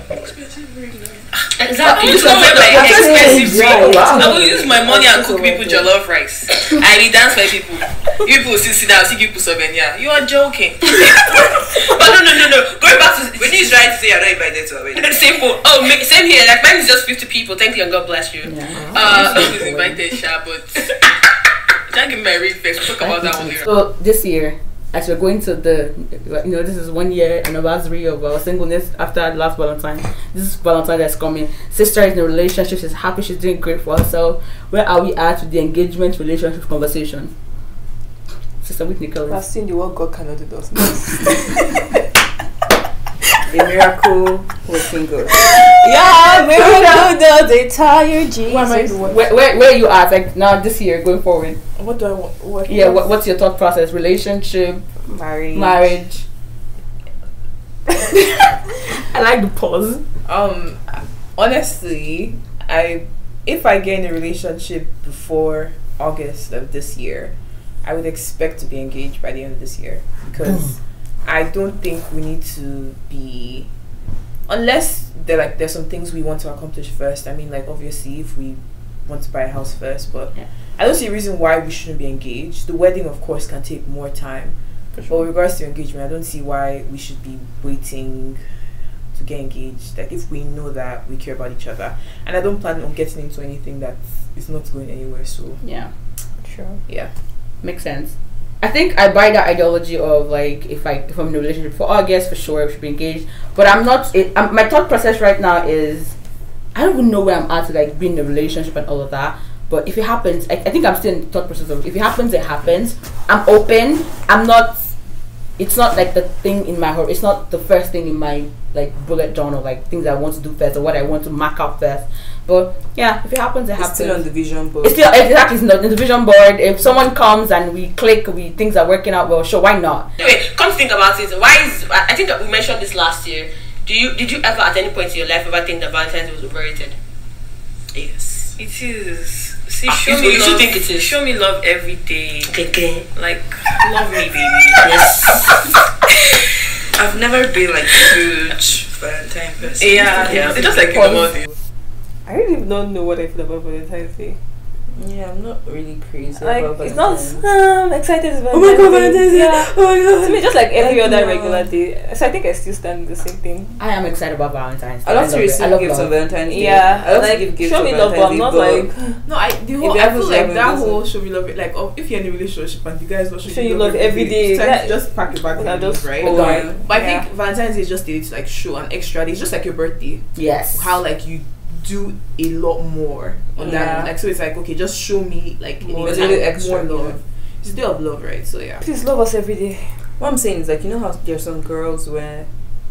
Exactly. will You just go don't with remember my it. expensive Yeah, ring. wow. I will use my money and That's cook so people worth it. jollof rice. I will dance for people. You people will still sit down, see people souvenir. You are joking. but no, no, no, no. Going back to When you try to say you're not invited to a wedding, same for oh ma- same here. Like mine is just fifty people. Thank you and God bless you. Yeah. uh, Uh, who's invited, Sha, but thank you, Mary. First, we'll talk about that one later. So this year, as we're going to the, you know, this is one year anniversary of our singleness after last Valentine. This is Valentine that's coming. Sister is in a relationship. She's happy. She's doing great for herself. Where are we at with the engagement relationship conversation? Sister with I've Nicholas. seen the world God cannot do does. [LAUGHS] a miracle working girl. [LAUGHS] [LAUGHS] yeah, miracle does it tire Jesus. Why am I the one? Where, where, where you at like now this year going forward? What do I want? What Yeah, what, what's your thought process? Relationship, Married. marriage. I like the pause. Um, honestly, I if I get in a relationship before August of this year, I would expect to be engaged by the end of this year because I don't think we need to be unless there like there's some things we want to accomplish first. I mean, like obviously if we want to buy a house first, but Yeah. I don't see a reason why we shouldn't be engaged. The wedding, of course, can take more time. But with regards to engagement, I don't see why we should be waiting to get engaged. Like if we know that we care about each other, and I don't plan on getting into anything that is not going anywhere. So Yeah. Sure. yeah, Makes sense. I think I buy that ideology of like if I if I'm in a relationship for August for sure we should be engaged. But I'm not. It, i my thought process right now is I don't even know where I'm at to like being in a relationship and all of that. But if it happens, I, I think I'm still in the thought process of if it happens, it happens. I'm open. I'm not. It's not like the thing in my heart. It's not the first thing in my like bullet journal, like things I want to do first or what I want to mark out first. But yeah, if it happens, it It's happens. still on the vision board. It's still exactly it's not in the vision board. If someone comes and we click, we things are working out well. Sure, why not? anyway, come to think about it. Why is I I think we mentioned this last year. Do you did you ever at any point in your life ever think that Valentine's was overrated? yes. It is. See, Ah, show you- me you love. should think it is. Show me love every day. Okay. Like, love me, baby. [LAUGHS] Yes. I've never been like a huge Valentine person. Yeah, yeah. It's just like Pause. normal thing. I really don't know what I feel about Valentine's Day. Yeah, I'm not really crazy Like about it's not Valentine's. um, excited about. Oh my god, Valentine's Valentine's Day! Day. Yeah. Oh my To me, god! just like every Like, other no. regular day. So I think I still stand the same thing. I am excited about Valentine's. Day. I love to love it. receive love gifts love. on Valentine's Day. Yeah, I love like to give gifts show on me love, but I'm Valentine's not Day, [LAUGHS] like No, I the If whole you I haven't feel seen like it, that doesn't- whole show me love it like oh, if you're in a relationship and the guy is not showing Show you you love love every day. it's time Yeah. to just pack your bag Yeah, and just leave, right? but- Right. Oh, But I Yeah. think Valentine's Day is just a day to like show an extra day. It's just like your birthday, Yes. how like you do a lot more on Yeah. that. Like so, it's like okay, just show me like a More. little It's really more extra, love. It's a day of love, right? So yeah. please love us every day. What I'm saying is like you know how there's some girls where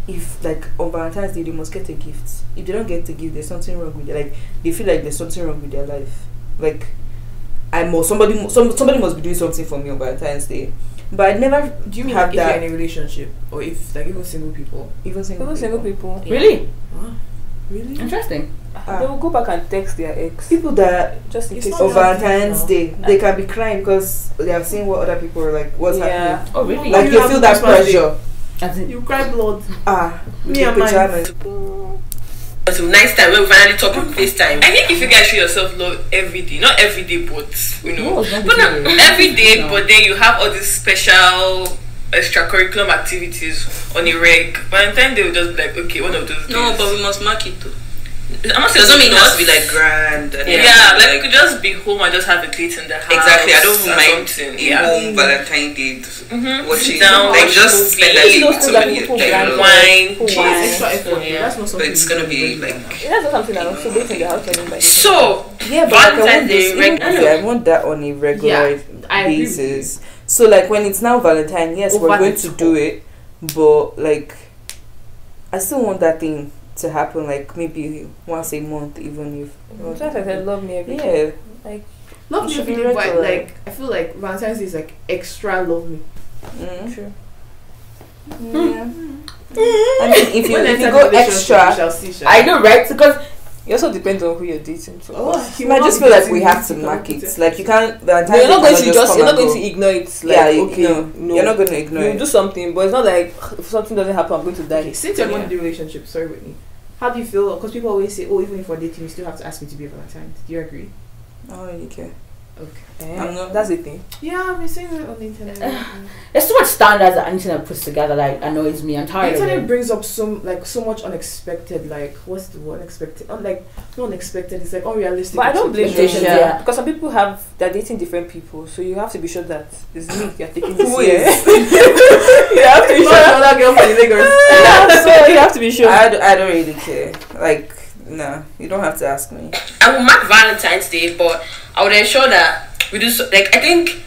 if like on Valentine's Day they must get a gift. If they don't get a gift, there's something wrong with their like they feel like there's something wrong with their life. Like I must somebody mu- some, somebody must be doing something for me on Valentine's Day. But I never Do you mean have like, if that you're in a relationship or if like even single people? even single Even people. single people, Really Really? interesting. Ah. they will go back and text their ex People that just in It's case. not on they- Valentine's No. Day they can be crying because they have seen what other people are like what's Yeah. happening. Oh really? Like You you have feel that Christmas Day. pressure. As in, You cry blood. Ah, Me your and mine. pajamas. Until next time, when we finally talk on FaceTime. I think if you guys show yourself love every day, not every day, but you No, know, it's not but every no, day. every day, No. but then you have all these special extracurriculum activities on a reg. By the time they will just be like, okay, one of those. No, days. but we must mark it though. I'm not saying Doesn't mean it has not to be like grand. and Yeah, it has to be, like, you could just be home and just have a date in the house. exactly. I don't even or mind something, a home Valentine date Mhm. watching. Down, like watch just spend that movies. day Those with things that somebody. people that you plan love. for. Wine, Wine. cheese. It's extra effort. Yeah. That's not But something. it's you gonna do be right now. like That's not something I was so waiting the house anyway. So, Yeah, but like, I want Valentine's this, Day, even regular. if I want that on a regular I agree with Oh, basis. So like when it's now Valentine, yes, Over we're going the to top. do it, but like I still want that thing to happen. Like maybe once a month, even if Just like I said, love me every day. yeah, Love It me should every be day, but regular. like I feel like Valentine's Day is like extra love me. mm. True. yeah. I mean, [LAUGHS] if you When if I you enter go the relationship, we extra, shall see, [LAUGHS] shall I we? know, right? Because It also depends on who you're dating. To. Oh, I just feel like we have to mark it. Like you can't Valentine. you're not Day going to cannot just. come You're not and going go. to ignore it. Like, yeah, you- okay, no, no. you're not going to ignore You'll it. do something, but it's not like if something doesn't happen, I'm going to die. Okay, since you're going to do relationship, sorry Whitney. How do you feel? Because people always say, "Oh, even if we're dating, you still have to ask me to be a Valentine." Do you agree? I don't really Oh, care. Eh, I'm not- That's the [LAUGHS] thing. Yeah, I've been saying that on the [SIGHS] internet. the there's so much standards that internet puts together that annoys me. I'm tired of internet it. brings up some like so much unexpected. Like what's the word? Unexpected? Un- like not unexpected. It's like unrealistic. But I don't blame you. Expectations, expectations. Yeah. yeah. Because some people have they're dating different people, so you have to be sure that it's me you're [LAUGHS] taking this Who year. is? you have [LAUGHS] to be sure. [LAUGHS] another girl from Lagos. [LAUGHS] Yeah, so you have to be sure. I, d- I don't really care. Like, no, you don't have to ask me. I will mark Valentine's Day, but I would ensure that we do so, like I think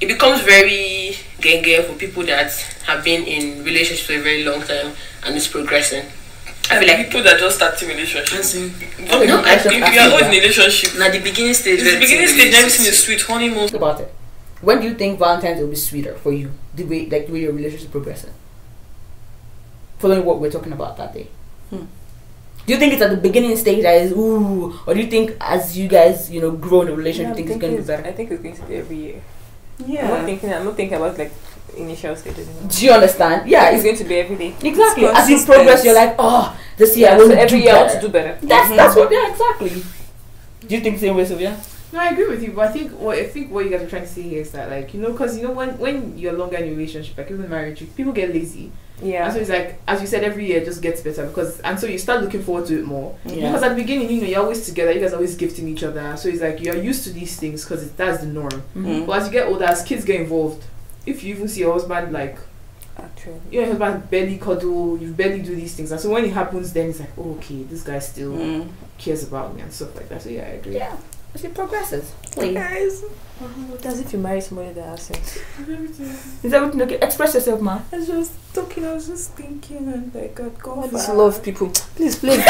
it becomes very genge for people that have been in relationships for a very long time and it's progressing. I feel like people that just starting relationships. As in, No, no, I think you are old in a relationship. Now the beginning stage. It's the where beginning it's stage, really everything is sweet, honeymoon. Think about it. When do you think Valentine's Day will be sweeter for you? The way, like, the way your relationship is progressing. Following what we're talking about that day. Hmm. Do you think it's at the beginning stage that is ooh, or do you think as you guys, you know, grow in a Yeah, relationship, I'm you think it's thinking going to be it's- better? I think it's going to be every year. Yeah. I'm not thinking. I'm not thinking about like initial stages. Anymore. Do you understand? Yeah, it's it's, going to be every day. exactly. As you consistent. progress, you're like, oh, this year I so want to every do year I better. want to do Mm-hmm. better. That's that's what. Yeah, exactly. Do you think same way, Sylvia? No, I agree with you, but I think what I think what you guys are trying to say here is that like you know because you know when when you're longer in a relationship like even marriage you- people get lazy and Yeah. so it's like as you said every year it just gets better because and so you start looking forward to it more Mm-hmm. Yeah. because at the beginning you know you're always together you guys are always gifting each other so it's like you're used to these things because that's the norm Mm-hmm. Mm. but as you get older as kids get involved if you even see your husband like Actually. your husband barely cuddle you barely do these things and so when it happens then it's like oh, okay this guy still Mm. cares about me and stuff like that so yeah I agree Yeah. As it progresses. Guys. As if you marry somebody that has sex. Is everything okay? Express yourself, ma. I was just talking, I was just thinking, and like, God, go I just far. love people. Please, please.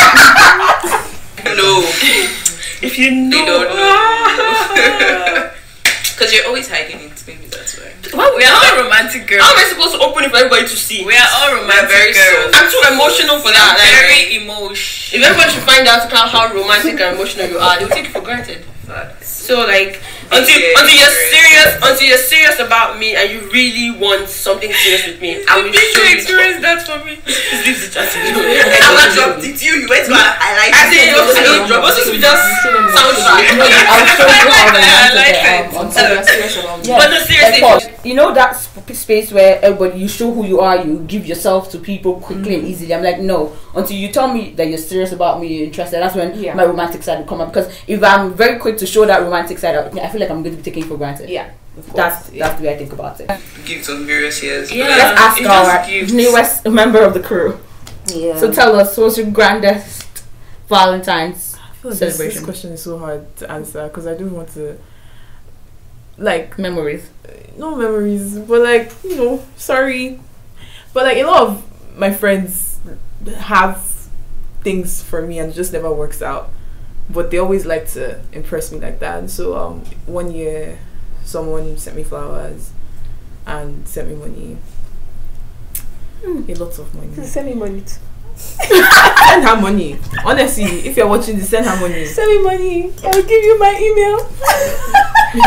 No, [LAUGHS] If you they know, don't [LAUGHS] know. Because you're always hiding it. Maybe that's why. we are all romantic girls. how am I supposed to open it for everybody to see? We are all romantic very girls. I'm too emotional for that. like- very If emotional. everyone should find out how, how romantic and emotional you are, they'll take it for granted. Facts. So like until Yeah, until you're experience. serious until you're serious about me and you really want something serious with me, I will show you. experience that for me. Just leave [LAUGHS] the chat. How much job did you? You went to a highlight. I say you're supposed to- you're supposed to be just sound [LAUGHS] I'll show you how I to like get, [LAUGHS] it. um, until you're serious about me. But no, seriously, Of course. You know that sp- space where everybody you show who you are, you give yourself to people quickly and easily. I'm like, no, until you tell me that you're serious about me, you're interested. That's when Yeah. my romantic side will come up. Because if I'm very quick to show that romantic side, I I feel like I'm going to be taken for granted. Yeah, of course. That's yeah. that's the way I think about it. Gifts on various years. Yeah. Like, Let's ask it just our gives- newest member of the crew. Yeah. Mm. So tell us, what's your grandest Valentine's? I feel like this, this Celebration. question is so hard to answer because I don't want to. Like Memories. no memories, but like you know, sorry, but like a lot of my friends have things for me and it just never works out. But they always like to impress me like that. And so um, one year, someone sent me flowers and sent me money, a lot of money. Hmm. Send me money. too. Send her money. Honestly, if you're watching this, send her [LAUGHS] money. Send me money. I'll give you my email.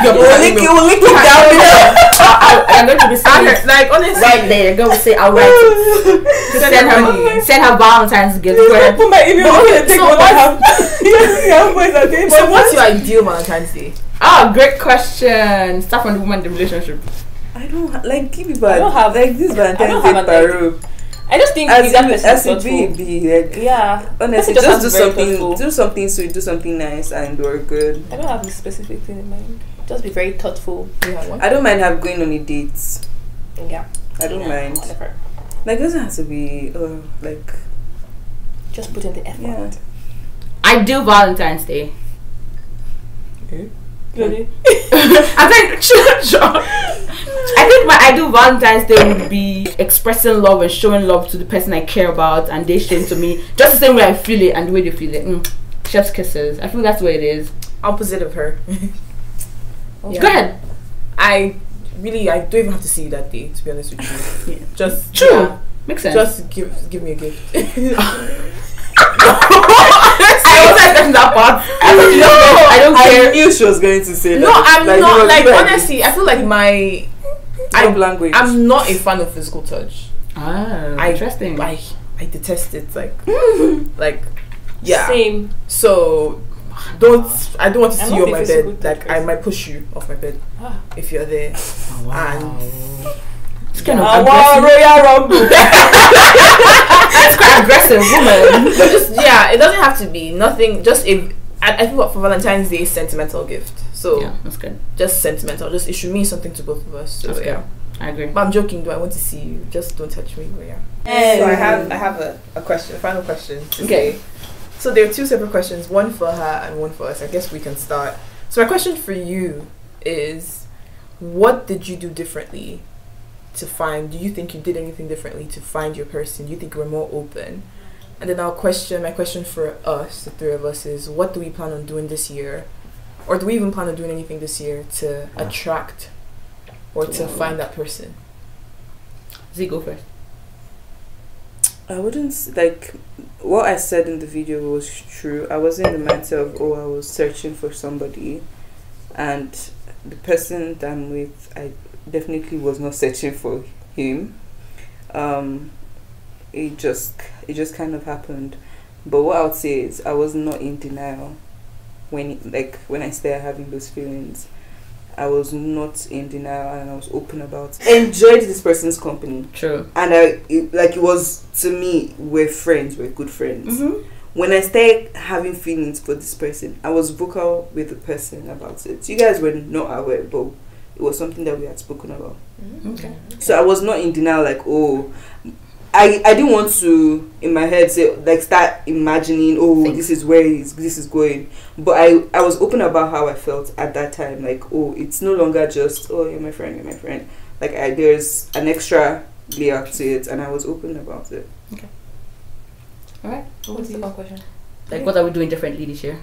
Your We'll email. link it. We'll link it [LAUGHS] down Oh, [LAUGHS] I, I, am going to be Send silent her- Like [LAUGHS] honestly, right there. Go say I'll write it. below. [LAUGHS] to send her send her Valentine's gift. Please Where, don't put my email. I'm gonna take so one what- I have. [LAUGHS] [LAUGHS] Yes, yeah, boys are doing So boys. what's your ideal Valentine's Day? oh, great question. Start from the woman in the relationship. I don't ha- like give me I bad. don't have- like this Valentine's don't Day have an paro. I just think As if that it, person as is it be, thoughtful. be like Yeah. honestly, Person just just do has to be very something, thoughtful. do something sweet, do something nice, and we're good. I don't have a specific thing in mind. Just be very thoughtful. I don't mind have going on a date. Yeah. I don't Yeah, mind. Whatever. Like it doesn't have to be uh, like Just put in the effort. yeah. Ideal Valentine's Day. Really? [LAUGHS] I think [LAUGHS] sure. I think my ideal Valentine's Day would be expressing love and showing love to the person I care about, and they show it to me just the same way I feel it and the way they feel it. Mm. Chef's kisses. I feel that's what it is. Opposite of her. Go ahead. I really, I don't even have to see you that day. To be honest with you, [LAUGHS] Yeah. just True. yeah, Makes sense. just give give me a gift. [LAUGHS] I wasn't expecting that part. I, was just- I don't I care. knew she was going to say no, that. I'm it not was like very honestly. I feel like my love language. I'm not a fan of physical touch. Ah, I- interesting. I I detest it. [LAUGHS] Like like yeah. Same. So don't I don't want to I'm see not you on a my physical bed. Like I person. might push you off my bed Ah. if you're there. And It's kind of Ah, wow, aggressive. Royal Rumble. [LAUGHS] It's quite aggressive [LAUGHS] woman. But [LAUGHS] just yeah, it doesn't have to be nothing. Just a I, I feel for Valentine's Day, sentimental gift. So Yeah, that's good. just sentimental. Just it should mean something to both of us. So That's good. yeah. I agree. But I'm joking. Do I want to see you? Just don't touch me. But yeah. So I have I have a, a question. Final question. Okay. So there are two separate questions. One for her and one for us. I guess we can start. So my question for you is, what did you do differently to find? Do you think you did anything differently to find your person? Do you think you were more open? And then our question, my question for us, the three of us, is what do we plan on doing this year, or do we even plan on doing anything this year to attract or to find that person? Z go first. I wouldn't s- like what I said in the video was true. I was in the matter of oh, I was searching for somebody, and the person that I'm with, I definitely was not searching for him. Um, it just it just kind of happened. But what I would say is I was not in denial when like when I started having those feelings. I was not in denial and I was open about enjoyed this person's company True. and I it, like it was to me we're friends we're good friends Mm-hmm. when I started having feelings for this person I was vocal with the person about it you guys were not aware but it was something that we had spoken about Okay. so I was not in denial like oh I, I didn't want to in my head say like start imagining oh Think. this is where he's, this is going but I, I was open about how I felt at that time like oh it's no longer just oh you're my friend you're my friend like I, there's an extra layer to it and I was open about it What's the question? Like, what are we doing differently this year?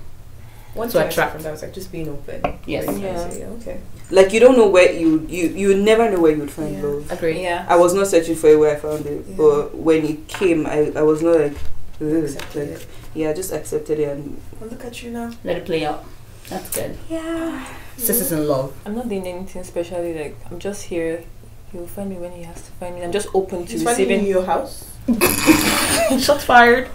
Once to I said attract. from that, I was like just being open. Yes. Like, Yeah. so, Okay. like you don't know where you you you would never know where you would find Yeah. love Agree. Yeah. I was not searching for it where I found it Yeah. but when it came I, I was not like, Ugh, Accepted like yeah I just accepted it and Well, look at you now. Let it play out. Mm-hmm. That's good. Yeah. Sisters in love. I'm not doing anything specially. Like I'm just here. He'll find me when he has to find me. I'm just open to He's finding you in your receiving. house. [LAUGHS] Shots fired.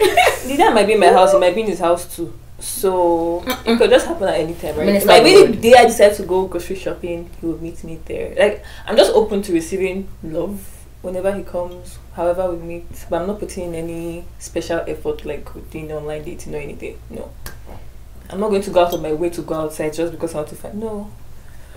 Either it might be in my house. It might be in his house too. So it could just happen at any time, right? Minister like maybe the Wood. day I decide to go grocery shopping, he will meet me there. Like I'm just open to receiving love whenever he comes, however we meet. But I'm not putting in any special effort like with doing online dating or anything. No. I'm not going to go out of my way to go outside just because I want to find no.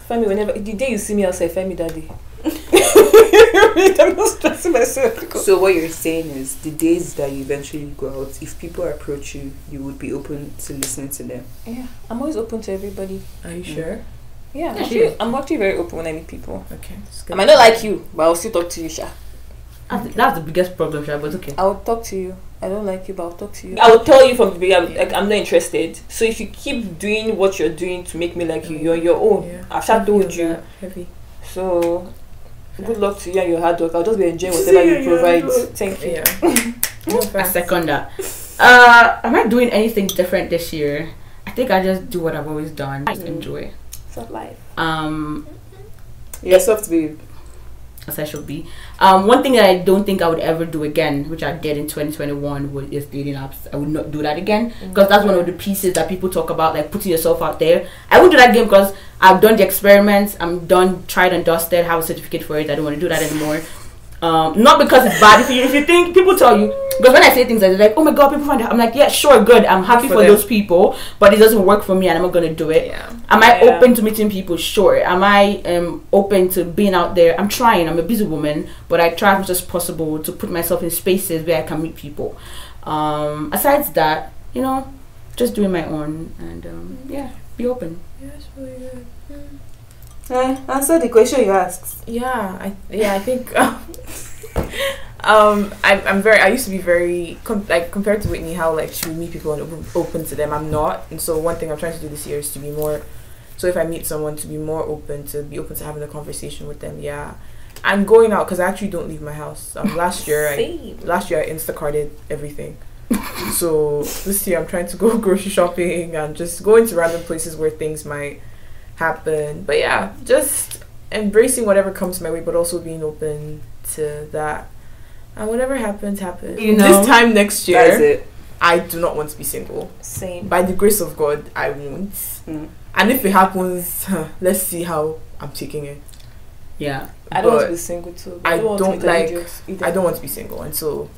Find me whenever the day you see me outside, find me that day. I'm not stressing myself because So what you're saying is the days that you eventually go out, if people approach you, you would be open to listening to them. Yeah. I'm always open to everybody. Are you sure? Mm. Yeah, Yeah, actually, sure. I'm actually very open when I meet people. Okay. I might not like you, but I'll still talk to you, Sha. That's the, that's the biggest problem, Sha, but okay. I'll talk to you. I don't like you, but I'll talk to you. I'll tell you from the beginning, I'm, like, I'm not interested. So if you keep doing what you're doing to make me like you, you're on your own. I've sha told you. Heavy. So good luck to you and your hard work. I'll just be enjoying whatever you provide. Thank you. Yeah. I second that. Uh, am I doing anything different this year? I think I just do what I've always done. Just enjoy. It's not life. Um, You're soft, babe. as I should be. Um, one thing that I don't think I would ever do again, which I did in 2021, was is dating apps. I would not do that again because that's one of the pieces that people talk about, like putting yourself out there. I would do that again because I've done the experiments. I'm done, tried and dusted. Have a certificate for it. I don't want to do that anymore. Um, not because it's bad. If you, if you think people tell you, because when I say things like, they're like, oh my god, people find out. I'm like, yeah, sure, good. I'm happy for, For them. those people, but it doesn't work for me, and I'm not gonna do it. Yeah. Am I Yeah. open to meeting people? Sure. Am I um open to being out there? I'm trying. I'm a busy woman, but I try as much as possible to put myself in spaces where I can meet people. Um, aside that, you know, just doing my own and um, yeah, be open. Eh, answer the question you asked. Yeah, I yeah I think [LAUGHS] um, um I, I'm very I used to be very com- like compared to Whitney how like she would meet people and open, open to them. I'm not, and so one thing I'm trying to do this year is to be more. So if I meet someone, to be more open, to be open to having a conversation with them, yeah, and going out because I actually don't leave my house. Um, last year I last year I Instacarted everything. [LAUGHS] so this year I'm trying to go [LAUGHS] grocery shopping and just going to random places where things might happen. But yeah, just embracing whatever comes my way, but also being open to that. And whatever happens, happens. You know. this time next That is year, it. I do not want to be single. Same. By the grace of God, I won't. Mm. And if it happens, let's see how I'm taking it. Yeah. I don't want But to be single too. I want to don't meet an like- idiot either. I don't want to be single, and so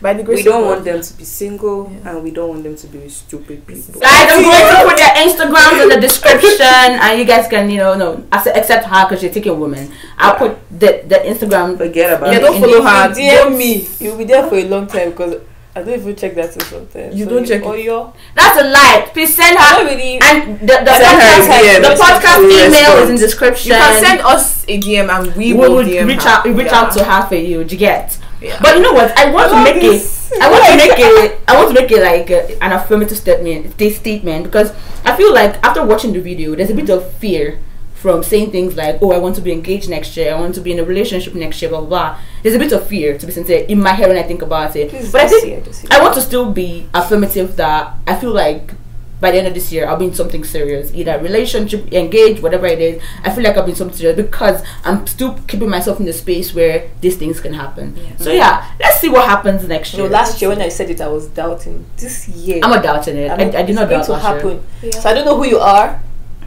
by the grace We of don't God, want them to be single, Yeah. and we don't want them to be with stupid people. Guys, I'm going to put their Instagrams in the description, and you guys can you know no I said except her because she's taking women. I'll put the the Instagram. Forget about Yeah, it. don't in- follow her. If you DM Don't- me, you'll be there for a long time because I don't even check that till sometimes. You don't check it. Oh, you're That's a lie. Please send not her. really. And the, the Send her a podcast, DM. the podcast We'll email is in respond. description. You can send us a DM and we, we will, would DM reach her. out, reach Yeah. out to her for you. Do you get? Yeah. But you know what? I want to make it. I want to make it. I want to make it like uh, an affirmative statement. This statement because I feel like after watching the video, there's a bit of fear from saying things like, "Oh, I want to be engaged next year. I want to be in a relationship next year." Blah blah. blah. There's a bit of fear to be sincere in my head when I think about it. Please but I don't think see it, don't see I it. want to still be affirmative that I feel like by the end of this year I'll be in something serious, either relationship, engaged, whatever it is. I feel like I've been something serious because I'm still keeping myself in the space where these things can happen. So yeah, let's see what happens next No, year. last year when I said it, I was doubting. This year, I'm not doubting it. I'm I, I did not doubt it's going last to happen. year. happen. So I don't know who you are,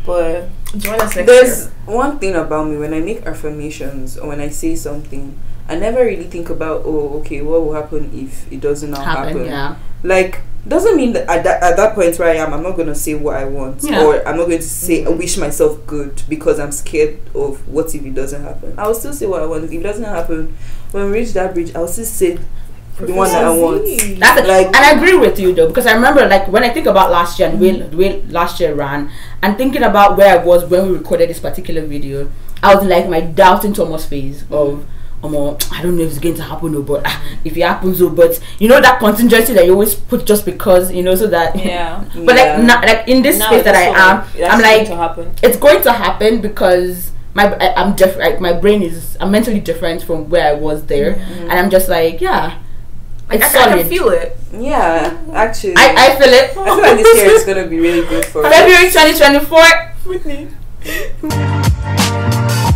but Join us next There's year. one thing about me when I make affirmations or when I say something, I never really think about oh okay what will happen if it doesn't now happen. Happen, yeah. Like doesn't mean that at that, at that point where I am, I'm not gonna say what I want Yeah. or I'm not going to say wish myself good because I'm scared of what if it doesn't happen. I'll still say what I want. If it doesn't happen, when we reach that bridge, I'll still say the one that I want. [LAUGHS] That's it. Like- and I agree with you though because I remember like when I think about last year and when, when last year ran and thinking about where I was when we recorded this particular video, I was in, like my doubting Thomas phase of. Omo, I don't know if it's going to happen, oh, but ah, if it happens, oh, but you know that contingency that you always put just because, you know, so that. yeah. [LAUGHS] but Yeah. like, na- like in this Now space I that just feel I am, that's I'm going like, to happen. it's going to happen because my I, I'm diff- like my brain is I'm mentally different from where I was there, and I'm just like yeah, It's I, I solid. can feel it. Yeah, actually. [LAUGHS] I, I feel it. I feel like this year [LAUGHS] is gonna be really good for us. February 2024. Whitney.